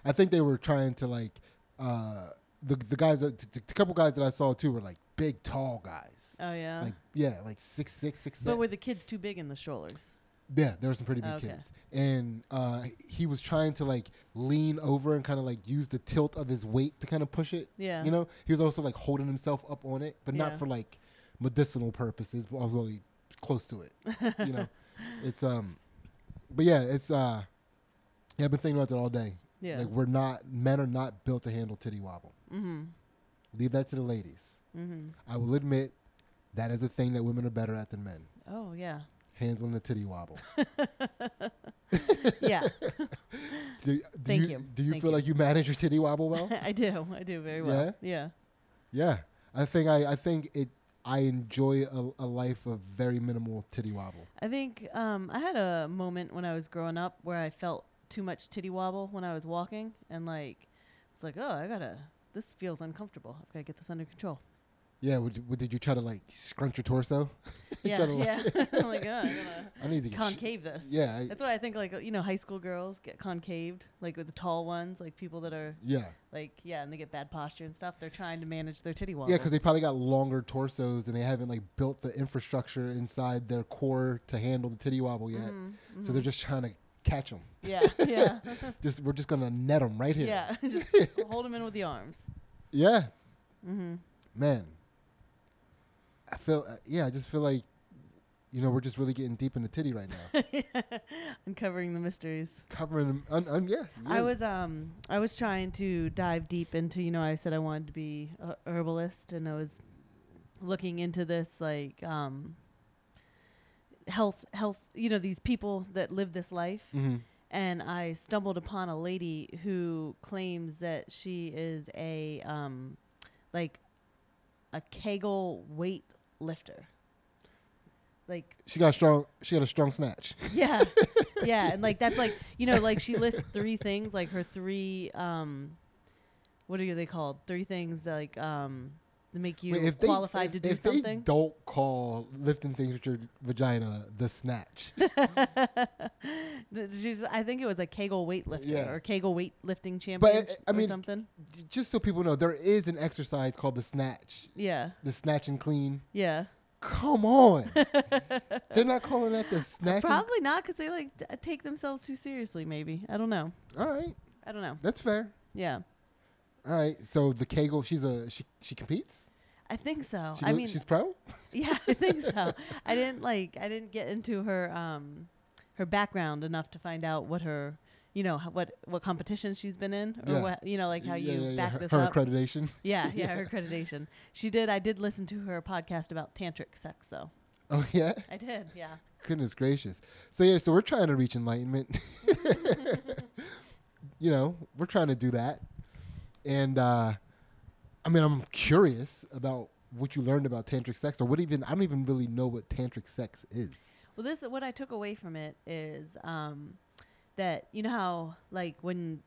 [SPEAKER 1] I think they were trying to like uh the the guys that the, the couple guys that I saw too were like big tall guys.
[SPEAKER 2] Oh yeah.
[SPEAKER 1] Like yeah, like six six six.
[SPEAKER 2] but
[SPEAKER 1] seven.
[SPEAKER 2] were the kids too big in the strollers?
[SPEAKER 1] Yeah, there were some pretty big
[SPEAKER 2] Okay.
[SPEAKER 1] kids, and uh, he was trying to like lean over and kind of like use the tilt of his weight to kind of push it.
[SPEAKER 2] Yeah.
[SPEAKER 1] You know, he was also like holding himself up on it, but
[SPEAKER 2] Yeah.
[SPEAKER 1] not for like medicinal purposes, but also like, close to it. you know, it's um, but yeah, it's uh, yeah, I've been thinking about that all day.
[SPEAKER 2] Yeah.
[SPEAKER 1] Like we're not men are not built to handle titty wobble.
[SPEAKER 2] mm-hmm.
[SPEAKER 1] Leave that to the ladies.
[SPEAKER 2] Mm-hmm.
[SPEAKER 1] I will admit that is a thing that women are better at than men.
[SPEAKER 2] Oh yeah.
[SPEAKER 1] Handling the titty wobble.
[SPEAKER 2] Yeah.
[SPEAKER 1] Do, do
[SPEAKER 2] Thank
[SPEAKER 1] you,
[SPEAKER 2] you.
[SPEAKER 1] Do you
[SPEAKER 2] Thank
[SPEAKER 1] feel
[SPEAKER 2] you.
[SPEAKER 1] like you manage your titty wobble well?
[SPEAKER 2] I do. I do very well. Yeah.
[SPEAKER 1] yeah, I think I, I think it. I enjoy a, a life of very minimal titty wobble.
[SPEAKER 2] I think um, I had a moment when I was growing up where I felt too much titty wobble when I was walking, and like it's like, oh, I gotta. This feels uncomfortable. I've got to get this under control.
[SPEAKER 1] Yeah, would you, would, did you try to like scrunch your torso? You
[SPEAKER 2] Yeah,
[SPEAKER 1] try to, like-
[SPEAKER 2] yeah. I'm like, oh, I gotta
[SPEAKER 1] I need to get sh-
[SPEAKER 2] concave this.
[SPEAKER 1] Yeah, I,
[SPEAKER 2] That's why I think like you know high school girls get concaved, like with the tall ones, like people that are
[SPEAKER 1] yeah,
[SPEAKER 2] like yeah, and they get bad posture and stuff. They're trying to manage their titty wobble.
[SPEAKER 1] yeah, because they probably got longer torsos and they haven't like built the infrastructure inside their core to handle the titty wobble yet.
[SPEAKER 2] Mm-hmm.
[SPEAKER 1] So they're just trying to catch them.
[SPEAKER 2] yeah, yeah,
[SPEAKER 1] Just we're just gonna net them right here.
[SPEAKER 2] yeah. just hold them in with the arms.
[SPEAKER 1] Yeah.
[SPEAKER 2] Mm-hmm.
[SPEAKER 1] man, I feel uh, yeah, I just feel like you know we're just really getting deep in the titty right now,
[SPEAKER 2] Uncovering the mysteries.
[SPEAKER 1] covering un, un, yeah, yeah.
[SPEAKER 2] I was um I was trying to dive deep into you know I said I wanted to be a herbalist and I was looking into this like um health health you know these people that live this life
[SPEAKER 1] hmm
[SPEAKER 2] and I stumbled upon a lady who claims that she is a um like a Kegel weight lifter like
[SPEAKER 1] She got strong. She had a strong snatch.
[SPEAKER 2] yeah. Yeah. And like that's like you know, like she lists three things, like her three um what are they called? Three things that like um that make you
[SPEAKER 1] Wait, if they-
[SPEAKER 2] qualified
[SPEAKER 1] if-
[SPEAKER 2] to do
[SPEAKER 1] if they
[SPEAKER 2] something.
[SPEAKER 1] don't call lifting things with your vagina the snatch.
[SPEAKER 2] She's, I think it was a Kegel weightlifter
[SPEAKER 1] Yeah. uh,
[SPEAKER 2] or Kegel weightlifting champion
[SPEAKER 1] I
[SPEAKER 2] or
[SPEAKER 1] mean-
[SPEAKER 2] something.
[SPEAKER 1] J- Just so people know, there is an exercise called the snatch,
[SPEAKER 2] Yeah.
[SPEAKER 1] the snatch and clean.
[SPEAKER 2] Yeah.
[SPEAKER 1] Come on, they're not calling that the snatch. and-
[SPEAKER 2] Probably not because they like t- take themselves too seriously, maybe. I don't know.
[SPEAKER 1] All right,
[SPEAKER 2] I don't know.
[SPEAKER 1] that's fair.
[SPEAKER 2] Yeah.
[SPEAKER 1] All right, so the Kegel, she's a she. She competes.
[SPEAKER 2] I think so.
[SPEAKER 1] She
[SPEAKER 2] Oh, I
[SPEAKER 1] lo-
[SPEAKER 2] mean,
[SPEAKER 1] she's pro.
[SPEAKER 2] Yeah, I think so. I didn't like I didn't get into her um her background enough to find out what her you know ho- what what competition she's been in or
[SPEAKER 1] Yeah.
[SPEAKER 2] what you know like how
[SPEAKER 1] Yeah,
[SPEAKER 2] you
[SPEAKER 1] yeah, yeah,
[SPEAKER 2] back
[SPEAKER 1] her,
[SPEAKER 2] this
[SPEAKER 1] her
[SPEAKER 2] up.
[SPEAKER 1] accreditation.
[SPEAKER 2] yeah, yeah, her accreditation. She did. I did listen to her podcast about tantric sex though.
[SPEAKER 1] Oh yeah,
[SPEAKER 2] I did. Yeah.
[SPEAKER 1] goodness gracious. So yeah, so we're trying to reach enlightenment. you know, we're trying to do that, and uh, I mean, I'm curious about what you learned about tantric sex, or what even I don't even really know what tantric sex is.
[SPEAKER 2] Well, this what I took away from it is um, that you know how like when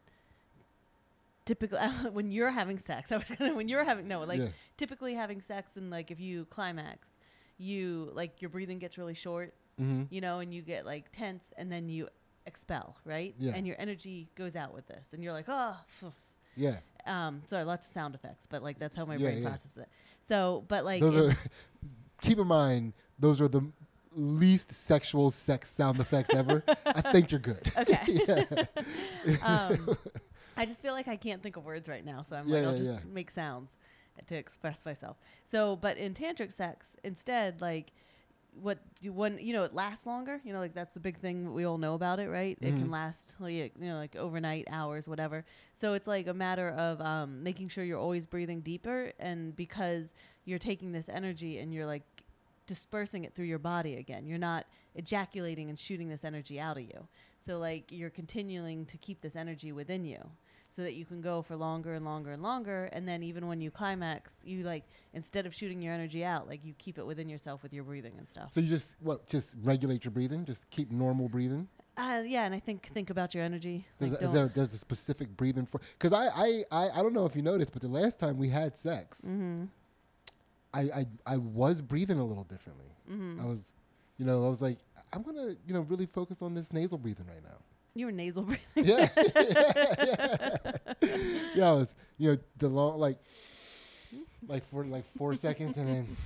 [SPEAKER 2] typically when you're having sex, I was gonna when you're having no like
[SPEAKER 1] Yeah.
[SPEAKER 2] typically having sex and like if you climax, you like your breathing gets really short,
[SPEAKER 1] Mm-hmm.
[SPEAKER 2] you know, and you get like tense, and then you expel, right?
[SPEAKER 1] Yeah.
[SPEAKER 2] And your energy goes out with this, and you're like, oh. phew."
[SPEAKER 1] Yeah,
[SPEAKER 2] Um, sorry, lots of sound effects, but like that's how my
[SPEAKER 1] Yeah,
[SPEAKER 2] brain
[SPEAKER 1] yeah.
[SPEAKER 2] processes it. So, but like,
[SPEAKER 1] those
[SPEAKER 2] it-
[SPEAKER 1] are. keep in mind, those are the least sexual sex sound effects ever. I think you're good.
[SPEAKER 2] Okay.
[SPEAKER 1] yeah.
[SPEAKER 2] um, I just feel like I can't think of words right now, so I'm like,
[SPEAKER 1] Yeah,
[SPEAKER 2] I'll
[SPEAKER 1] yeah,
[SPEAKER 2] just make sounds to express myself. So, but in tantric sex, instead, like what you one you know it lasts longer you know like that's the big thing we all know about it right it can
[SPEAKER 1] Mhm.
[SPEAKER 2] last like you know like overnight hours whatever so it's like a matter of um, making sure you're always breathing deeper and because you're taking this energy and you're like dispersing it through your body again you're not ejaculating and shooting this energy out of you so like you're continuing to keep this energy within you so that you can go for longer and longer and longer and then even when you climax you like instead of shooting your energy out like you keep it within yourself with your breathing and stuff
[SPEAKER 1] So you just what? Just regulate your breathing. Just keep normal breathing.
[SPEAKER 2] uh, yeah and i think think about your energy
[SPEAKER 1] There's,
[SPEAKER 2] like
[SPEAKER 1] a, is
[SPEAKER 2] don't-
[SPEAKER 1] there, there's a specific breathing for because I, I, I, I don't know if you noticed, but the last time we had sex,
[SPEAKER 2] Mhm.
[SPEAKER 1] I, I I was breathing a little differently.
[SPEAKER 2] Mhm.
[SPEAKER 1] I was, you know, I was like, I'm gonna you know really focus on this nasal breathing right now.
[SPEAKER 2] you were nasal breathing
[SPEAKER 1] Yeah, yeah. I was you know the long like like for like four seconds and then.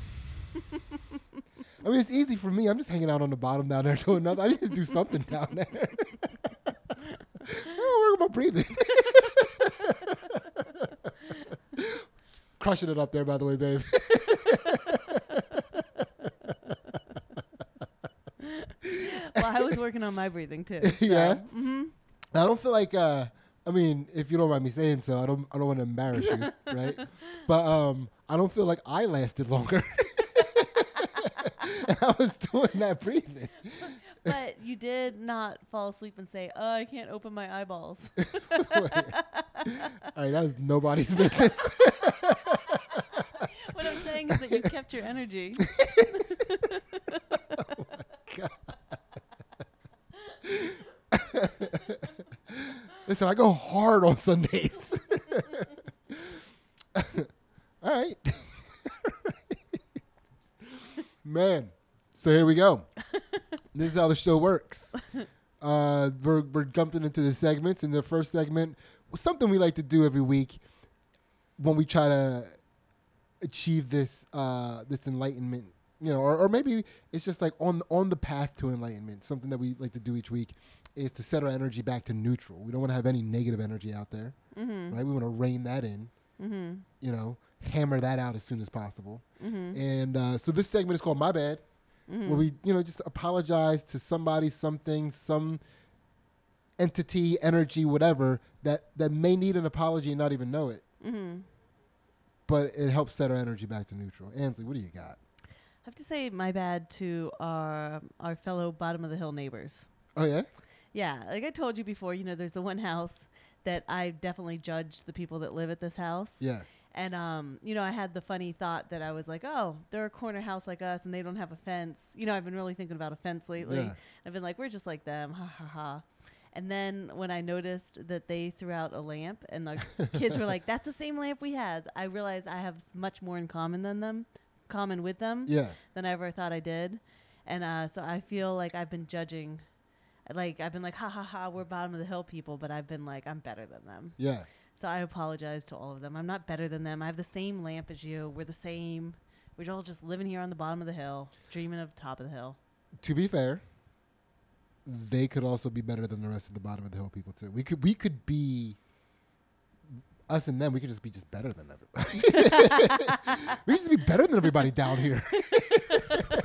[SPEAKER 1] I mean, it's easy for me. I'm just hanging out on the bottom down there doing nothing. I need to do something down there. I don't worry about breathing. Crushing it up there, by the way, babe.
[SPEAKER 2] well i was working on my breathing too
[SPEAKER 1] Yeah?
[SPEAKER 2] hmm
[SPEAKER 1] I don't feel like. Uh, I mean, if you don't mind me saying so, I don't. I don't want to embarrass you, right? But um, I don't feel like I lasted longer. and I was doing that breathing.
[SPEAKER 2] but you did not fall asleep and say oh i can't open my eyeballs
[SPEAKER 1] All right, that was nobody's business.
[SPEAKER 2] what i'm saying is that you kept your energy
[SPEAKER 1] Listen, I go hard on Sundays. All right. Man, so here we go. this is how the show works. Uh, we're, we're jumping into the segments. In the first segment, something we like to do every week when we try to achieve this uh, this enlightenment, you know, or, or maybe it's just like on on the path to enlightenment. Something that we like to do each week is to set our energy back to neutral. We don't want to have any negative energy out there,
[SPEAKER 2] mm-hmm.
[SPEAKER 1] right? We want to rein that in,
[SPEAKER 2] Mm-hmm.
[SPEAKER 1] you know, hammer that out as soon as possible.
[SPEAKER 2] hmm
[SPEAKER 1] And uh, so this segment is called My Bad,
[SPEAKER 2] hmm
[SPEAKER 1] where we, you know, just apologize to somebody, something, some entity, energy, whatever that that may need an apology and not even know it.
[SPEAKER 2] hmm
[SPEAKER 1] But it helps set our energy back to neutral. Ansley, what do you got?
[SPEAKER 2] I have to say my bad to our our fellow bottom of the hill neighbors.
[SPEAKER 1] Oh yeah,
[SPEAKER 2] Yeah, like I told you before, you know, there's the one house that I definitely judged the people that live at this house.
[SPEAKER 1] yeah,
[SPEAKER 2] And um, you know, I had the funny thought that I was like, "Oh, they're a corner house like us, and they don't have a fence." You know, I've been really thinking about a fence lately.
[SPEAKER 1] Yeah.
[SPEAKER 2] I've been like, "We're just like them, ha ha ha." And then when I noticed that they threw out a lamp, and the kids were like, "That's the same lamp we had," I realized I have s- much more in common than them, common with them
[SPEAKER 1] yeah.
[SPEAKER 2] than I ever thought I did. And uh, so I feel like I've been judging. Like, I've been like, ha ha ha, we're bottom of the hill people, but I've been like, I'm better than them.
[SPEAKER 1] Yeah.
[SPEAKER 2] So I apologize to all of them. I'm not better than them. I have the same lamp as you. We're the same. We're all just living here on the bottom of the hill, dreaming of top of the hill.
[SPEAKER 1] To be fair, they could also be better than the rest of the bottom of the hill people too. We could we could be us and them. We could just be just better than everybody. we could just be better than everybody down here.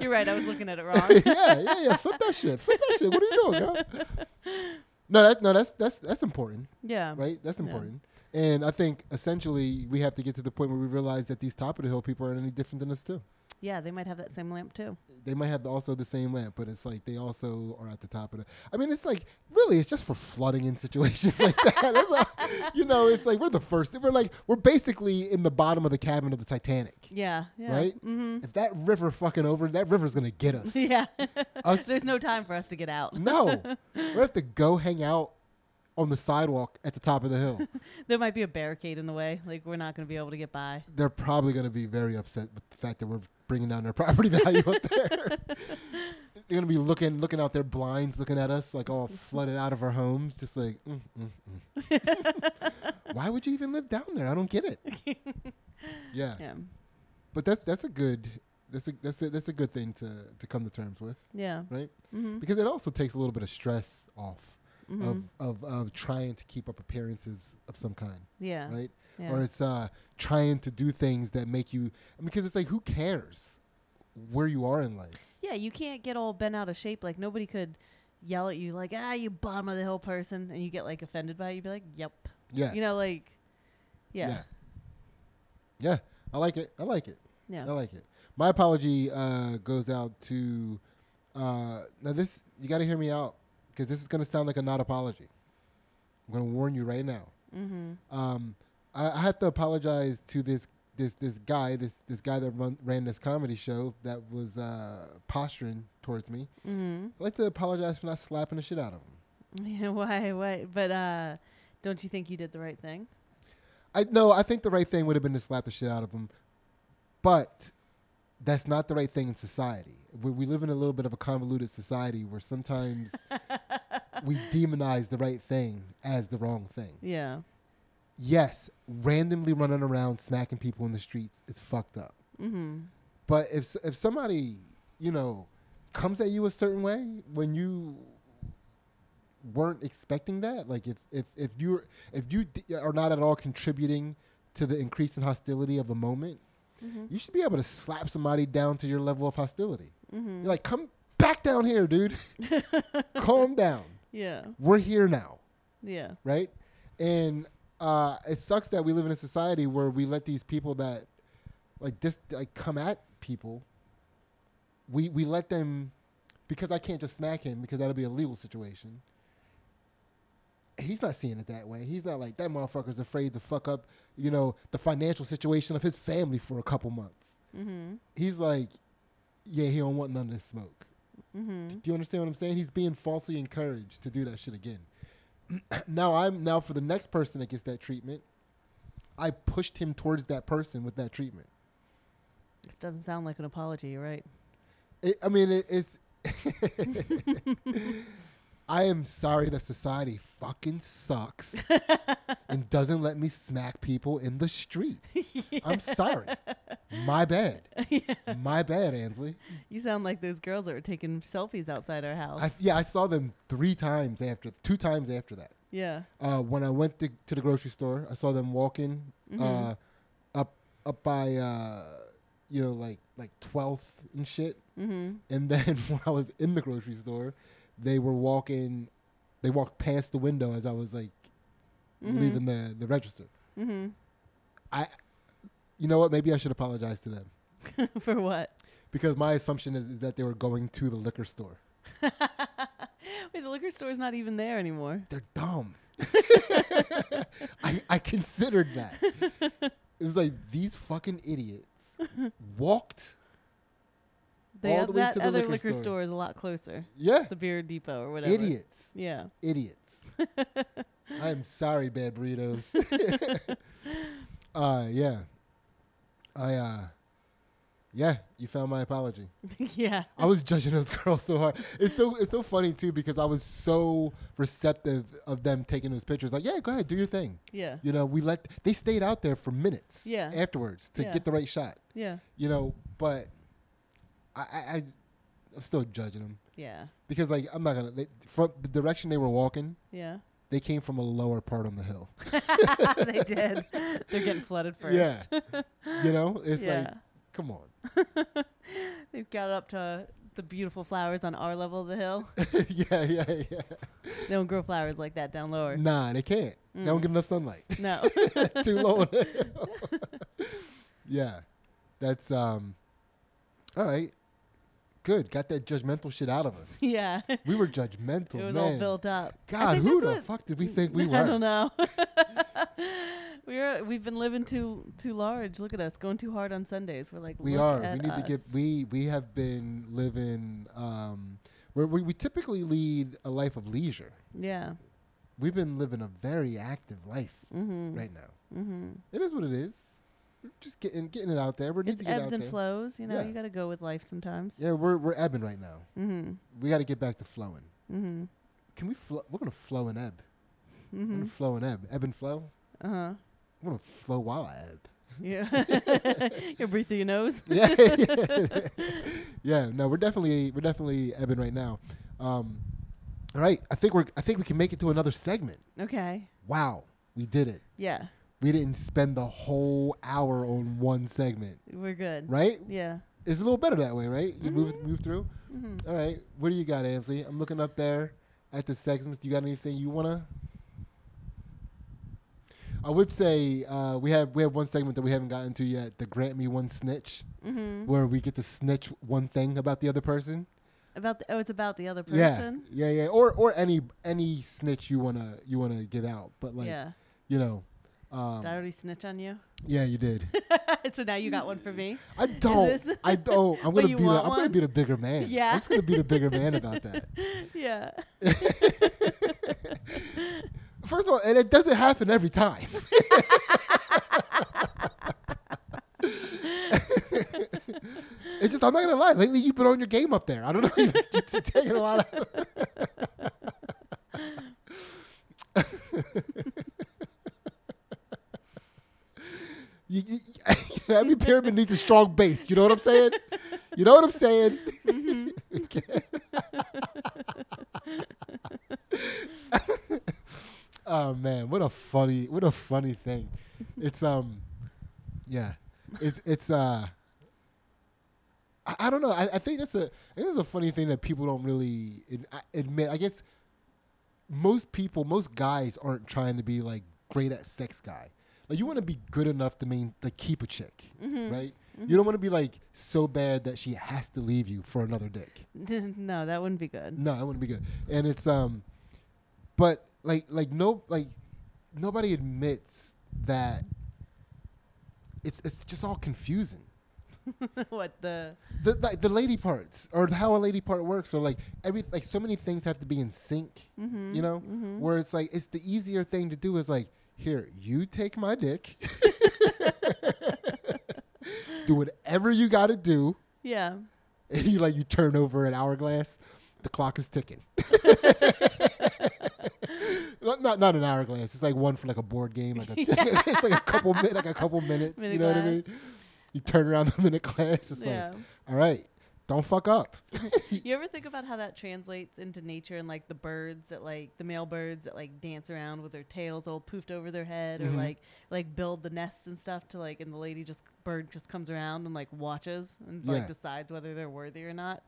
[SPEAKER 2] You're right. I was looking at it wrong.
[SPEAKER 1] yeah, yeah, yeah. Flip that shit. Flip that shit. What are you doing, girl? No, that, no, that's that's that's important,
[SPEAKER 2] yeah.
[SPEAKER 1] right? That's
[SPEAKER 2] Um, Yeah.
[SPEAKER 1] important. And I think essentially we have to get to the point where we realize that these top of the hill people aren't any different than us too.
[SPEAKER 2] Yeah. They might have that same lamp too.
[SPEAKER 1] they might have the, also the same lamp, but it's like they also are at the top of the. I mean, it's like really, it's just for flooding in situations like that. That's all- you know, it's like we're the first. We're like we're basically in the bottom of the cabin of the Titanic.
[SPEAKER 2] Yeah. yeah.
[SPEAKER 1] Right?
[SPEAKER 2] Mm-hmm.
[SPEAKER 1] If that river fucking over, that river's gonna get us.
[SPEAKER 2] Yeah.
[SPEAKER 1] Us-
[SPEAKER 2] There's no time for us to get out.
[SPEAKER 1] no, we have to go hang out on the sidewalk at the top of the hill.
[SPEAKER 2] There might be a barricade in the way. Like, we're not going to be able to get by.
[SPEAKER 1] They're probably gonna be very upset with the fact that we're bringing down their property value up there. They're gonna be looking, looking out their blinds, looking at us like all flooded out of our homes, just like, mm, mm, mm. why would you even live down there? I don't get it. Yeah,
[SPEAKER 2] Yeah.
[SPEAKER 1] but that's that's a good that's a that's a, that's a good thing to to come to terms with,
[SPEAKER 2] Yeah.
[SPEAKER 1] right?
[SPEAKER 2] Mm-hmm.
[SPEAKER 1] Because it also takes a little bit of stress off
[SPEAKER 2] hmm
[SPEAKER 1] of, of of trying to keep up appearances of some kind,
[SPEAKER 2] Yeah.
[SPEAKER 1] right?
[SPEAKER 2] Yeah.
[SPEAKER 1] Or it's uh trying to do things that make you because it's like who cares where you are in life.
[SPEAKER 2] Yeah, you can't get all bent out of shape. Like nobody could yell at you like, ah, you bottom of the hill person, and you get like offended by it. You'd be like, yep.
[SPEAKER 1] Yeah.
[SPEAKER 2] You know, like,
[SPEAKER 1] Yeah.
[SPEAKER 2] yeah,
[SPEAKER 1] Yeah, I like it. I like it.
[SPEAKER 2] yeah.
[SPEAKER 1] I like it. My apology uh, goes out to uh, now. This you got to hear me out because this is going to sound like a not apology. I'm going to warn you right now.
[SPEAKER 2] Mm-hmm.
[SPEAKER 1] Um, I, I have to apologize to this this this guy this this guy that run, ran this comedy show that was uh, posturing towards me.
[SPEAKER 2] Mm-hmm.
[SPEAKER 1] I'd like to apologize for not slapping the shit out of him.
[SPEAKER 2] Yeah. Why? Why? But uh, don't you think you did the right thing?
[SPEAKER 1] I no, I think the right thing would have been to slap the shit out of him, but that's not the right thing in society. We, we live in a little bit of a convoluted society where sometimes we demonize the right thing as the wrong thing.
[SPEAKER 2] Yeah.
[SPEAKER 1] Yes, randomly running around smacking people in the streets is fucked up.
[SPEAKER 2] Mm-hmm.
[SPEAKER 1] But if s- if somebody you know comes at you a certain way when you weren't expecting that, like if if if you if you d- are not at all contributing to the increase in hostility of the moment,
[SPEAKER 2] Mm-hmm.
[SPEAKER 1] you should be able to slap somebody down to your level of hostility.
[SPEAKER 2] Mm-hmm.
[SPEAKER 1] You're like, come back down here, dude. Calm down.
[SPEAKER 2] Yeah.
[SPEAKER 1] We're here now,
[SPEAKER 2] Yeah.
[SPEAKER 1] right? And uh, it sucks that we live in a society where we let these people that like just like come at people. We we let them because I can't just smack him because that'll be a legal situation. He's not seeing it that way. He's not like that motherfucker's afraid to fuck up, you know, the financial situation of his family for a couple months.
[SPEAKER 2] Mm-hmm.
[SPEAKER 1] he's like, yeah, he don't want none of this smoke.
[SPEAKER 2] Mm-hmm.
[SPEAKER 1] Do you understand what I'm saying? He's being falsely encouraged to do that shit again. now I'm now for the next person that gets that treatment, I pushed him towards that person with that treatment.
[SPEAKER 2] It doesn't sound like an apology, you're right?
[SPEAKER 1] It, I mean, it, it's. I am sorry that society fucking sucks and doesn't let me smack people in the street. I'm sorry. My bad. My bad, Ansley.
[SPEAKER 2] You sound like those girls that were taking selfies outside our house.
[SPEAKER 1] I, yeah, I saw them three times after, two times after that.
[SPEAKER 2] yeah. Mm-hmm.
[SPEAKER 1] Uh, when I went to, to the grocery store, I saw them walking. Uh, up by uh, you know like like 12th and shit.
[SPEAKER 2] Mm-hmm.
[SPEAKER 1] And then when I was in the grocery store, they were walking. They walked past the window as I was like
[SPEAKER 2] Mhm.
[SPEAKER 1] leaving the the register.
[SPEAKER 2] Mm-hmm.
[SPEAKER 1] I, you know what? Maybe I should apologize to them
[SPEAKER 2] For what?
[SPEAKER 1] because my assumption is, is that they were going to the liquor store.
[SPEAKER 2] Wait, the liquor store's not even there anymore.
[SPEAKER 1] They're dumb. I, I considered that. It was like these fucking idiots walked.
[SPEAKER 2] They
[SPEAKER 1] All
[SPEAKER 2] have
[SPEAKER 1] the way
[SPEAKER 2] that
[SPEAKER 1] to the
[SPEAKER 2] other
[SPEAKER 1] liquor
[SPEAKER 2] liquor,
[SPEAKER 1] store.
[SPEAKER 2] store. is a lot closer.
[SPEAKER 1] Yeah,
[SPEAKER 2] The Beer Depot or whatever.
[SPEAKER 1] idiots,
[SPEAKER 2] Yeah.
[SPEAKER 1] idiots. I'm sorry, bad burritos. uh, yeah, I uh, yeah, you found my apology.
[SPEAKER 2] yeah.
[SPEAKER 1] I was judging those girls so hard. It's so it's so funny too because I was so receptive of them taking those pictures. Like, yeah, go ahead, do your thing.
[SPEAKER 2] Yeah.
[SPEAKER 1] You know, we let they stayed out there for minutes.
[SPEAKER 2] Yeah.
[SPEAKER 1] Afterwards to
[SPEAKER 2] Yeah.
[SPEAKER 1] get the right shot.
[SPEAKER 2] Yeah.
[SPEAKER 1] You know, but I, I I I'm still judging them
[SPEAKER 2] Yeah.
[SPEAKER 1] because like I'm not gonna they, from the direction they were walking.
[SPEAKER 2] Yeah.
[SPEAKER 1] They came from a lower part on the hill.
[SPEAKER 2] they did. They're getting flooded first.
[SPEAKER 1] Yeah. you know, it's like,
[SPEAKER 2] Yeah.
[SPEAKER 1] come on.
[SPEAKER 2] They've got up to the beautiful flowers on our level of the hill.
[SPEAKER 1] yeah, yeah, yeah.
[SPEAKER 2] they don't grow flowers like that down lower.
[SPEAKER 1] Nah, they can't. They
[SPEAKER 2] Mm.
[SPEAKER 1] don't get enough sunlight.
[SPEAKER 2] No.
[SPEAKER 1] too low. on the hill. yeah, that's um. All right, good. Got that judgmental shit out of us.
[SPEAKER 2] yeah. It
[SPEAKER 1] We were judgmental.
[SPEAKER 2] was
[SPEAKER 1] man.
[SPEAKER 2] all built up. I
[SPEAKER 1] God,
[SPEAKER 2] think
[SPEAKER 1] who
[SPEAKER 2] that's
[SPEAKER 1] the
[SPEAKER 2] what-
[SPEAKER 1] fuck did we think we were?
[SPEAKER 2] I don't know. we are we've been living too too large. Look at us going too hard on Sundays. We're like
[SPEAKER 1] We
[SPEAKER 2] look
[SPEAKER 1] are.
[SPEAKER 2] at
[SPEAKER 1] We need to get.
[SPEAKER 2] us.
[SPEAKER 1] We we have been living. Um, where we we typically lead a life of leisure.
[SPEAKER 2] yeah.
[SPEAKER 1] We've been living a very active life
[SPEAKER 2] Mm-hmm.
[SPEAKER 1] right now.
[SPEAKER 2] Mm-hmm.
[SPEAKER 1] It is what it is. We're just getting getting it out there. We need
[SPEAKER 2] It's
[SPEAKER 1] to get
[SPEAKER 2] ebbs
[SPEAKER 1] out
[SPEAKER 2] and
[SPEAKER 1] there.
[SPEAKER 2] flows. You know,
[SPEAKER 1] Yeah.
[SPEAKER 2] you got to go with life sometimes.
[SPEAKER 1] Yeah, we're we're ebbing right now.
[SPEAKER 2] Mm-hmm.
[SPEAKER 1] We got to get back to flowing.
[SPEAKER 2] Mm-hmm.
[SPEAKER 1] Can we? Flo- we're gonna flow and ebb. I'm
[SPEAKER 2] Mm-hmm.
[SPEAKER 1] gonna flow and ebb. Ebb and flow.
[SPEAKER 2] Uh huh.
[SPEAKER 1] I'm gonna flow while I ebb.
[SPEAKER 2] Yeah. you breathe through your nose.
[SPEAKER 1] Yeah, yeah. yeah. No, we're definitely we're definitely ebbing right now. Um, all right. I think we're I think we can make it to another segment.
[SPEAKER 2] Okay.
[SPEAKER 1] Wow, we did it.
[SPEAKER 2] Yeah.
[SPEAKER 1] We didn't spend the whole hour on one segment,
[SPEAKER 2] We're good.
[SPEAKER 1] right?
[SPEAKER 2] Yeah.
[SPEAKER 1] It's a little better that way, right? You move
[SPEAKER 2] Mhm.
[SPEAKER 1] move through.
[SPEAKER 2] Mm-hmm.
[SPEAKER 1] All right. What do you got, Ansley? I'm looking up there at the segments. Do you got anything you wanna? I would say uh, we have we have one segment that we haven't gotten to yet. The grant me one snitch,
[SPEAKER 2] Mm-hmm.
[SPEAKER 1] where we get to snitch one thing about the other person.
[SPEAKER 2] About the, oh, it's about the other
[SPEAKER 1] Yeah,
[SPEAKER 2] person.
[SPEAKER 1] yeah, yeah. Or or any any snitch you wanna you wanna get out, but like
[SPEAKER 2] yeah.
[SPEAKER 1] you know, um,
[SPEAKER 2] Did I already snitch on you?
[SPEAKER 1] yeah, you did.
[SPEAKER 2] so now you got one for me.
[SPEAKER 1] I don't.
[SPEAKER 2] this-
[SPEAKER 1] I don't. I'm
[SPEAKER 2] But
[SPEAKER 1] gonna be.
[SPEAKER 2] you
[SPEAKER 1] The,
[SPEAKER 2] want
[SPEAKER 1] I'm gonna
[SPEAKER 2] one?
[SPEAKER 1] be the bigger man.
[SPEAKER 2] Yeah.
[SPEAKER 1] I'm just gonna be the bigger man about that.
[SPEAKER 2] yeah.
[SPEAKER 1] First of all, and it doesn't happen every time. it's just I'm not gonna lie. Lately, you've been on your game up there. I don't know. You, you're taking a lot of. You, you, you know, every pyramid needs a strong base. You know what I'm saying? You know what I'm saying? oh man, what a funny, what a funny thing. It's um, yeah, it's it's uh, I, I don't know. I, I think that's a I think that's a funny thing that people don't really ad- I- admit. I guess most people, most guys aren't trying to be like great at sex guy. Like you want to be good enough to mean to keep a chick,
[SPEAKER 2] Mm-hmm.
[SPEAKER 1] right? You don't want to be like so bad that she has to leave you for another dick.
[SPEAKER 2] no, that wouldn't be good.
[SPEAKER 1] No, that wouldn't be good. And it's um, but like like no like nobody admits that it's it's just all confusing. Mm-hmm.
[SPEAKER 2] what the?
[SPEAKER 1] The, the the lady parts or how a lady part works or like every like so many things have to be in sync.
[SPEAKER 2] Mm-hmm.
[SPEAKER 1] You know,
[SPEAKER 2] Mm-hmm.
[SPEAKER 1] where it's like it's the easier thing to do is like here you take my dick. do whatever you got to do.
[SPEAKER 2] Yeah.
[SPEAKER 1] And you like you turn over an hourglass, the clock is ticking. not, not not an hourglass. It's like one for like a board game, like a it's like a couple minutes, like a couple minutes. you
[SPEAKER 2] Minute
[SPEAKER 1] know what I mean?
[SPEAKER 2] glass.
[SPEAKER 1] You turn around the minute glass. It's
[SPEAKER 2] Yeah.
[SPEAKER 1] like, all right, Don't fuck up.
[SPEAKER 2] You ever think about how that translates into nature and like the birds that like the male birds that like dance around with their tails all poofed over their head
[SPEAKER 1] Mm-hmm.
[SPEAKER 2] or like like build the nests and stuff to like and the lady just bird just comes around and like watches and
[SPEAKER 1] Yeah.
[SPEAKER 2] like decides whether they're worthy or not.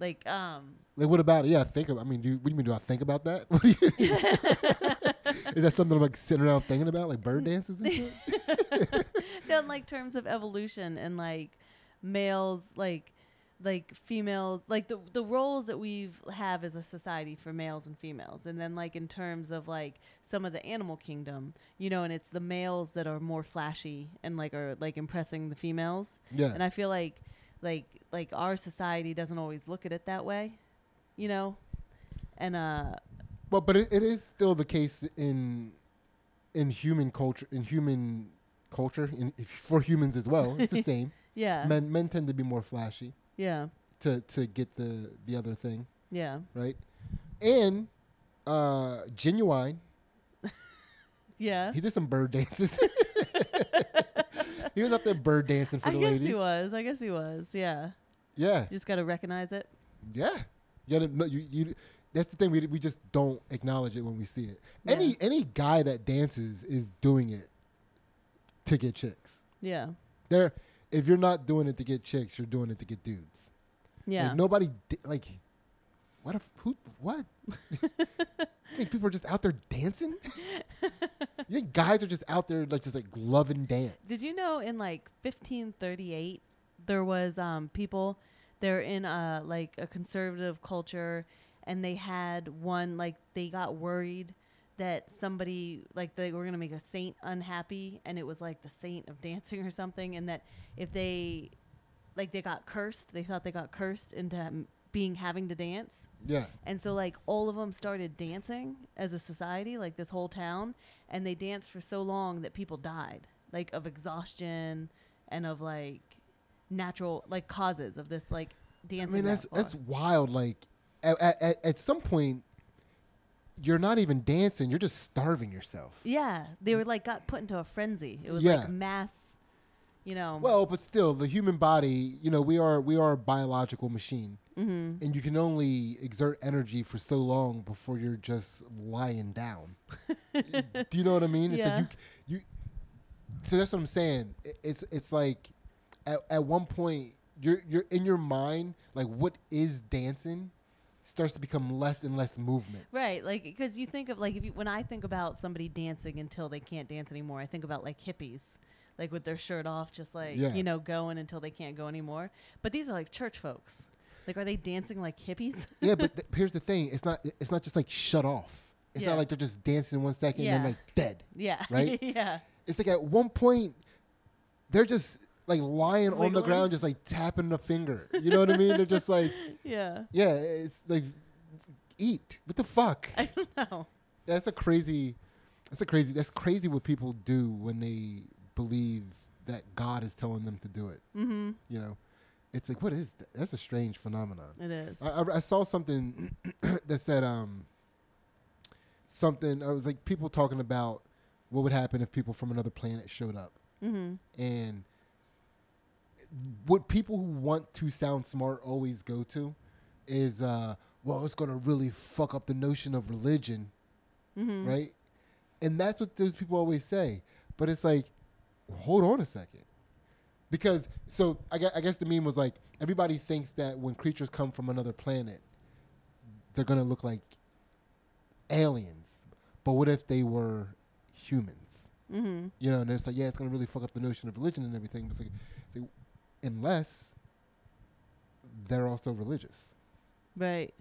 [SPEAKER 2] Like um
[SPEAKER 1] Like, what about it? Yeah, think of. I mean, do you, what do you mean? Do I think about that? What do you, is that something I'm like sitting around thinking about, like bird dances and shit?
[SPEAKER 2] no, in like terms of evolution and like males like like females like the the roles that we've have as a society for males and females and then like in terms of like some of the animal kingdom you know and it's the males that are more flashy and like are like impressing the females
[SPEAKER 1] Yeah.
[SPEAKER 2] and i feel like like like our society doesn't always look at it that way you know and uh
[SPEAKER 1] Well, but it, it is still the case in in human culture, in human culture, in, if, for humans as well. It's the same.
[SPEAKER 2] yeah
[SPEAKER 1] Men men tend to be more flashy
[SPEAKER 2] yeah
[SPEAKER 1] to to get the the other thing
[SPEAKER 2] yeah
[SPEAKER 1] right, and uh genuine.
[SPEAKER 2] yeah
[SPEAKER 1] He did some bird dances. he was out there bird dancing for
[SPEAKER 2] i
[SPEAKER 1] the
[SPEAKER 2] guess
[SPEAKER 1] ladies.
[SPEAKER 2] he was i guess he was yeah
[SPEAKER 1] Yeah,
[SPEAKER 2] You just got to recognize it.
[SPEAKER 1] yeah. You gotta, no, you, you, that's the thing. We, we just don't acknowledge it when we see it.
[SPEAKER 2] Yeah.
[SPEAKER 1] Any any guy that dances is doing it to get chicks.
[SPEAKER 2] Yeah.
[SPEAKER 1] There, if you're not doing it to get chicks, you're doing it to get dudes.
[SPEAKER 2] Yeah.
[SPEAKER 1] Like nobody di- like. What if who what? you think people are just out there dancing? you think guys are just out there like just like loving dance?
[SPEAKER 2] Did you know in like 1538 there was um people they're in a like a conservative culture and they had one like they got worried that somebody like they were going to make a saint unhappy and it was like the saint of dancing or something and that if they like they got cursed they thought they got cursed into um, being having to dance
[SPEAKER 1] Yeah.
[SPEAKER 2] And so, like, all of them started dancing as a society, like this whole town. And they danced for so long that people died, like, of exhaustion and of, like, natural, like, causes of this, like,
[SPEAKER 1] I
[SPEAKER 2] dancing.
[SPEAKER 1] mean, that's
[SPEAKER 2] that
[SPEAKER 1] that's
[SPEAKER 2] far.
[SPEAKER 1] wild. Like, at, at- at, at some point, you're not even dancing; you're just starving yourself.
[SPEAKER 2] Yeah. They were, like, got put into a frenzy. It was,
[SPEAKER 1] Yeah.
[SPEAKER 2] like, mass, you know.
[SPEAKER 1] Well, but still, the human body, you know, we are we are a biological machine, mm-hmm. and you can only exert energy for so long before you're just lying down. Do you know what I mean? It's
[SPEAKER 2] Yeah.
[SPEAKER 1] like you, you. So that's what I'm saying. I- It's it's like, at, at one point, you're you're in your mind, like what is dancing, starts to become less and less movement.
[SPEAKER 2] Right, like because you think of like if you, when I think about somebody dancing until they can't dance anymore, I think about like hippies, like with their shirt off, just like
[SPEAKER 1] Yeah.
[SPEAKER 2] you know going until they can't go anymore. But these are like church folks. Like, are they dancing like hippies?
[SPEAKER 1] yeah, but th- here's the thing: it's not it's not just like shut off. It's
[SPEAKER 2] Yeah.
[SPEAKER 1] not like they're just dancing one second and
[SPEAKER 2] Yeah.
[SPEAKER 1] then like dead.
[SPEAKER 2] yeah,
[SPEAKER 1] Right?
[SPEAKER 2] yeah,
[SPEAKER 1] It's like at one point they're just like lying on the
[SPEAKER 2] Wiggling.
[SPEAKER 1] ground, just like tapping the finger. You know what I mean? They're just like,
[SPEAKER 2] yeah.
[SPEAKER 1] yeah, it's like eat. What the fuck?
[SPEAKER 2] I don't know.
[SPEAKER 1] That's a crazy. That's a crazy. That's crazy what people do when they believe that God is telling them to do it.
[SPEAKER 2] Mm-hmm.
[SPEAKER 1] You know, it's like what is that? That's a strange phenomenon.
[SPEAKER 2] It is.
[SPEAKER 1] I, I- I saw something that said um, something. I was like people talking about what would happen if people from another planet showed up,
[SPEAKER 2] mm-hmm.
[SPEAKER 1] and what people who want to sound smart always go to is, uh, well, it's going to really fuck up the notion of religion,
[SPEAKER 2] Mm-hmm.
[SPEAKER 1] right? And that's what those people always say. But it's like, hold on a second. Because, so I guess, I guess the meme was like, everybody thinks that when creatures come from another planet, they're going to look like aliens. But what if they were humans?
[SPEAKER 2] Mm-hmm.
[SPEAKER 1] You know, and it's like, yeah, it's going to really fuck up the notion of religion and everything. But it's like, it's like, unless they're also religious.
[SPEAKER 2] Right.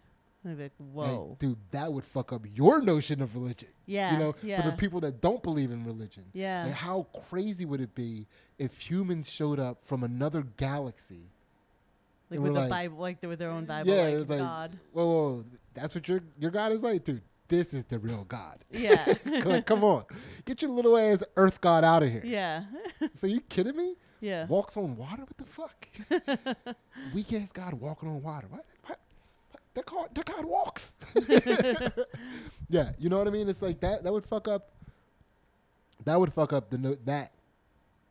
[SPEAKER 2] I'd be like,
[SPEAKER 1] Like,
[SPEAKER 2] whoa.
[SPEAKER 1] dude, that would fuck up your notion of religion
[SPEAKER 2] yeah.
[SPEAKER 1] you know,
[SPEAKER 2] yeah.
[SPEAKER 1] for the people that don't believe in religion.
[SPEAKER 2] Yeah.
[SPEAKER 1] Like, how crazy would it be if humans showed up from another galaxy?
[SPEAKER 2] like
[SPEAKER 1] and
[SPEAKER 2] with
[SPEAKER 1] we're
[SPEAKER 2] the
[SPEAKER 1] like-
[SPEAKER 2] Bible, like the, with their own Bible,
[SPEAKER 1] Yeah,
[SPEAKER 2] like,
[SPEAKER 1] it was like-
[SPEAKER 2] God.
[SPEAKER 1] Whoa, whoa, that's what your your God is like, dude. This is the real God.
[SPEAKER 2] Yeah.
[SPEAKER 1] like, come on, get your little ass Earth God out of here.
[SPEAKER 2] yeah.
[SPEAKER 1] So you kidding me?
[SPEAKER 2] yeah.
[SPEAKER 1] Walks on water? What the fuck? Weak ass God walking on water. What? what? What? That God, that God walks. yeah, you know what I mean. It's like that. That would fuck up. That would fuck up the note that.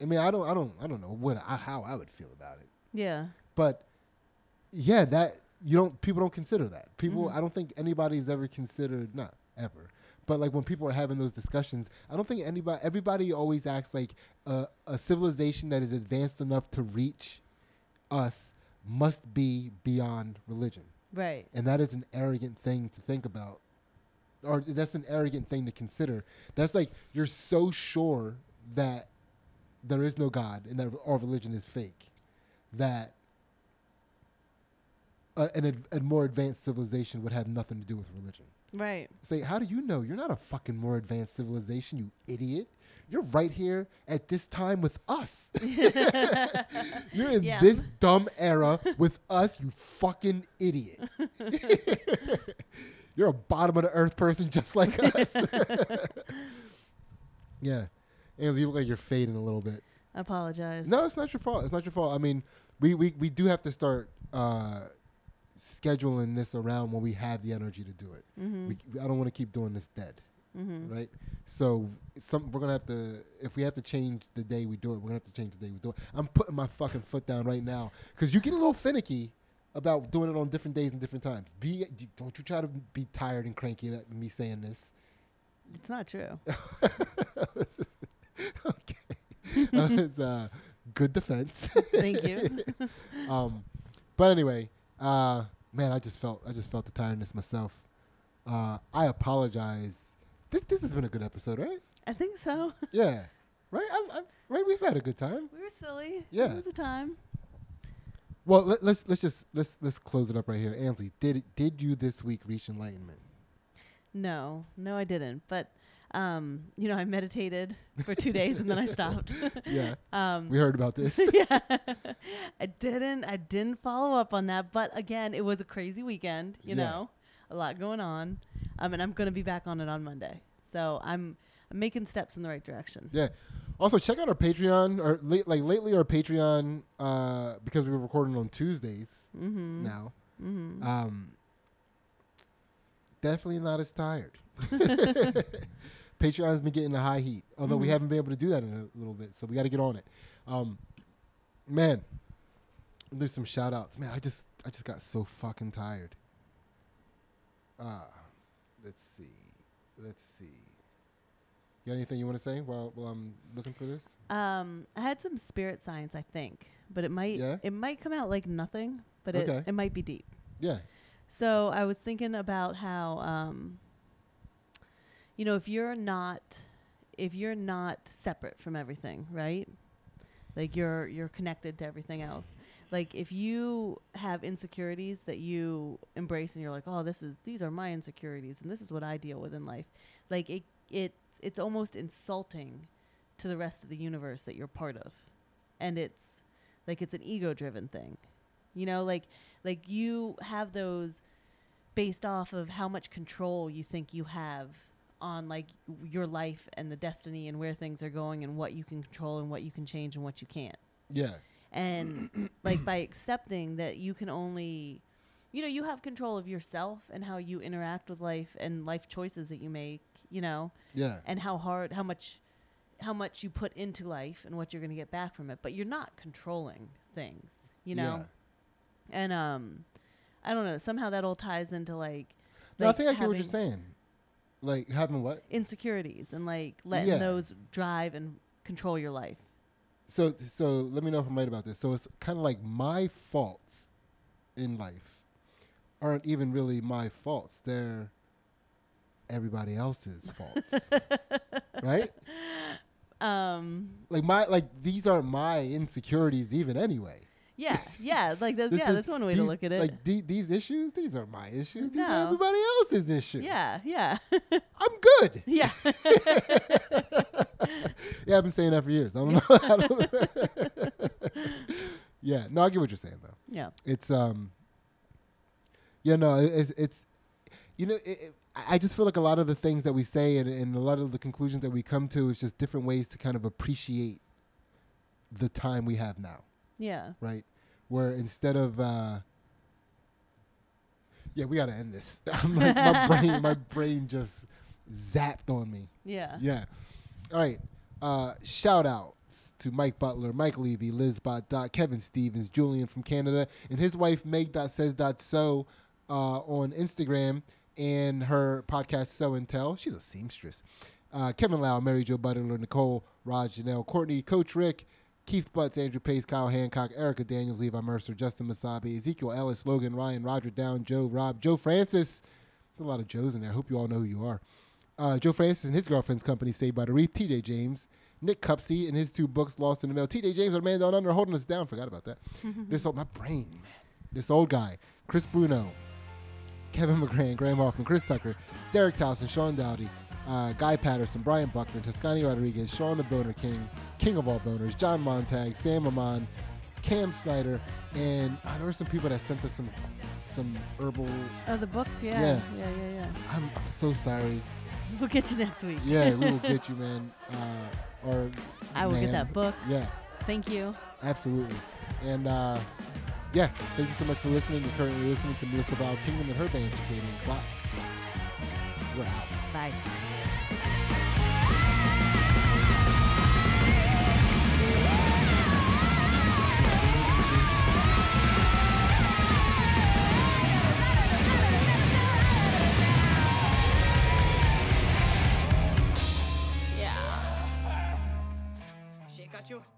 [SPEAKER 1] I mean, I don't, I don't, I don't know what I, how I would feel about it,
[SPEAKER 2] Yeah.
[SPEAKER 1] but yeah, that you don't people don't consider that. People I don't think anybody's ever considered not ever. But like when people are having those discussions, I don't think anybody everybody always acts like a, a civilization that is advanced enough to reach us must be beyond religion.
[SPEAKER 2] Right.
[SPEAKER 1] And that is an arrogant thing to think about. Or that's an arrogant thing to consider. That's like you're so sure that there is no God and that all religion is fake that a, an, ad- a more advanced civilization would have nothing to do with religion.
[SPEAKER 2] Right.
[SPEAKER 1] Say, how do you know? You're not a fucking more advanced civilization, you idiot. You're right here at this time with us. You're in
[SPEAKER 2] Yeah.
[SPEAKER 1] this dumb era with us, you fucking idiot. You're a bottom of the earth person just like us. yeah. Angela, you look like you're fading a little bit.
[SPEAKER 2] I apologize.
[SPEAKER 1] No, it's not your fault. It's not your fault. I mean, we we, we do have to start uh, scheduling this around when we have the energy to do it.
[SPEAKER 2] Mm-hmm.
[SPEAKER 1] We, I don't want to keep doing this dead,
[SPEAKER 2] mm-hmm.
[SPEAKER 1] right? So some we're gonna have to if we have to change the day we do it, we're gonna have to change the day we do it. I'm putting my fucking foot down right now because you get a little finicky about doing it on different days and different times. Be don't you try to be tired and cranky at me saying this.
[SPEAKER 2] It's not true.
[SPEAKER 1] okay, that was uh, good defense.
[SPEAKER 2] Thank you.
[SPEAKER 1] um, but anyway, uh, man, I just felt I just felt the tiredness myself. Uh, I apologize. This this has been a good episode, right?
[SPEAKER 2] I think so.
[SPEAKER 1] Yeah, right. I, I, right, we've had a good time.
[SPEAKER 2] We were silly.
[SPEAKER 1] Yeah.
[SPEAKER 2] It was a time.
[SPEAKER 1] Well, let, let's let's just let's let's close it up right here. Ansley, did did you this week reach enlightenment?
[SPEAKER 2] No, no, I didn't. But, um, you know, I meditated for two days and then I stopped.
[SPEAKER 1] Yeah,
[SPEAKER 2] um,
[SPEAKER 1] we heard about this.
[SPEAKER 2] yeah, I didn't. I didn't follow up on that. But again, it was a crazy weekend. You
[SPEAKER 1] Yeah.
[SPEAKER 2] know, a lot going on. Um, and I'm gonna be back on it on Monday. So I'm, I'm making steps in the right direction.
[SPEAKER 1] Yeah. Also, check out our Patreon or la- like lately our Patreon uh, because we were recording on Tuesdays
[SPEAKER 2] Mm-hmm.
[SPEAKER 1] now.
[SPEAKER 2] Mm-hmm.
[SPEAKER 1] Um, definitely not as tired. Patreon's been getting the high heat, although we
[SPEAKER 2] Mhm.
[SPEAKER 1] haven't been able to do that in a little bit, so we got to get on it. Um, man, there's some shout outs. Man, I just I just got so fucking tired. Uh, let's see, let's see. You got anything you want to say while while I'm looking for this?
[SPEAKER 2] Um, I had some spirit science, I think, but it might
[SPEAKER 1] Yeah?
[SPEAKER 2] it might come out like nothing, but
[SPEAKER 1] Okay.
[SPEAKER 2] it, it might be deep.
[SPEAKER 1] Yeah,
[SPEAKER 2] So I was thinking about how, um, you know, if you're not, if you're not separate from everything, right? Like you're you're connected to everything else. Like if you have insecurities that you embrace and you're like, oh, this is these are my insecurities and this is what I deal with in life. Like it it it's almost insulting to the rest of the universe that you're part of, and it's like it's an ego driven thing. You know, like like you have those based off of how much control you think you have on like your life and the destiny and where things are going and what you can control and what you can change and what you can't
[SPEAKER 1] yeah,
[SPEAKER 2] and like by accepting that you can only you know you have control of yourself and how you interact with life and life choices that you make you know
[SPEAKER 1] yeah,
[SPEAKER 2] and how hard how much how much you put into life and what you're going to get back from it but you're not controlling things you know
[SPEAKER 1] Yeah.
[SPEAKER 2] and um i don't know somehow that all ties into like,
[SPEAKER 1] No, I
[SPEAKER 2] like
[SPEAKER 1] think I get what
[SPEAKER 2] having
[SPEAKER 1] you're saying. Like having what?
[SPEAKER 2] insecurities and like letting
[SPEAKER 1] Yeah.
[SPEAKER 2] those drive and control your life
[SPEAKER 1] So so let me know if I'm right about this. So it's kind of like my faults in life aren't even really my faults. They're everybody else's faults. right?
[SPEAKER 2] um
[SPEAKER 1] Like my like these aren't my insecurities even anyway.
[SPEAKER 2] yeah yeah like that's
[SPEAKER 1] This
[SPEAKER 2] yeah
[SPEAKER 1] is-
[SPEAKER 2] that's one way to
[SPEAKER 1] these-
[SPEAKER 2] look at it
[SPEAKER 1] Like the- these issues, these aren't my issues. These are
[SPEAKER 2] No.
[SPEAKER 1] everybody else's issues.
[SPEAKER 2] yeah yeah
[SPEAKER 1] I'm good.
[SPEAKER 2] yeah
[SPEAKER 1] yeah, I've been saying that for years. I don't know. I don't yeah, no, I get what you're saying though.
[SPEAKER 2] yeah
[SPEAKER 1] It's um. Yeah, no, it- it's it's, you know, it, it, I I just feel like a lot of the things that we say and, and a lot of the conclusions that we come to is just different ways to kind of appreciate the time we have now,
[SPEAKER 2] yeah
[SPEAKER 1] right? Where instead of uh, yeah, we gotta end this. I'm like my brain, my brain just zapped on me.
[SPEAKER 2] yeah
[SPEAKER 1] Yeah. All right. Uh, shout outs to Mike Butler, Mike Levy, Liz Bot, Dot, Kevin Stevens, Julian from Canada, and his wife Meg Dot Says Dot So uh, on Instagram and her podcast So and Tell. She's a seamstress. Uh, Kevin Lau, Mary Jo Butler, Nicole, Raj Janelle, Courtney, Coach Rick, Keith Butts, Andrew Pace, Kyle Hancock, Erica Daniels, Levi Mercer, Justin Masabi, Ezekiel Ellis, Logan Ryan, Roger Down, Joe Rob, Joe Francis. There's a lot of Joes in there. I hope you all know who you are. Uh, Joe Francis and his girlfriend's company, Saved by the Reef, TJ James, Nick Cupsey and his two books, Lost in the Mail. TJ James, our man down under, holding us down. Forgot about that. this old, my brain. man. This old guy, Chris Bruno, Kevin McGran, Graham Hoffman, Chris Tucker, Derek Towson, Sean Dowdy, uh, Guy Patterson, Brian Buckner, Toscani Rodriguez, Sean the Boner King, King of all boners, John Montag, Sam Amon, Cam Snyder, and uh, there were some people that sent us some some herbal.
[SPEAKER 2] Oh, the book. Yeah. Yeah.
[SPEAKER 1] Yeah.
[SPEAKER 2] Yeah. Yeah.
[SPEAKER 1] I'm, I'm so sorry.
[SPEAKER 2] We'll get you next week.
[SPEAKER 1] Yeah, we will get you, man. Uh, or
[SPEAKER 2] I will get
[SPEAKER 1] ma'am.
[SPEAKER 2] that book.
[SPEAKER 1] Yeah,
[SPEAKER 2] Thank you.
[SPEAKER 1] absolutely. And uh, yeah, thank you so much for listening. You're currently listening to Melissa Val Kingdom and her band Circadian Clock. We're out.
[SPEAKER 2] Bye.
[SPEAKER 3] Yeah. She got you.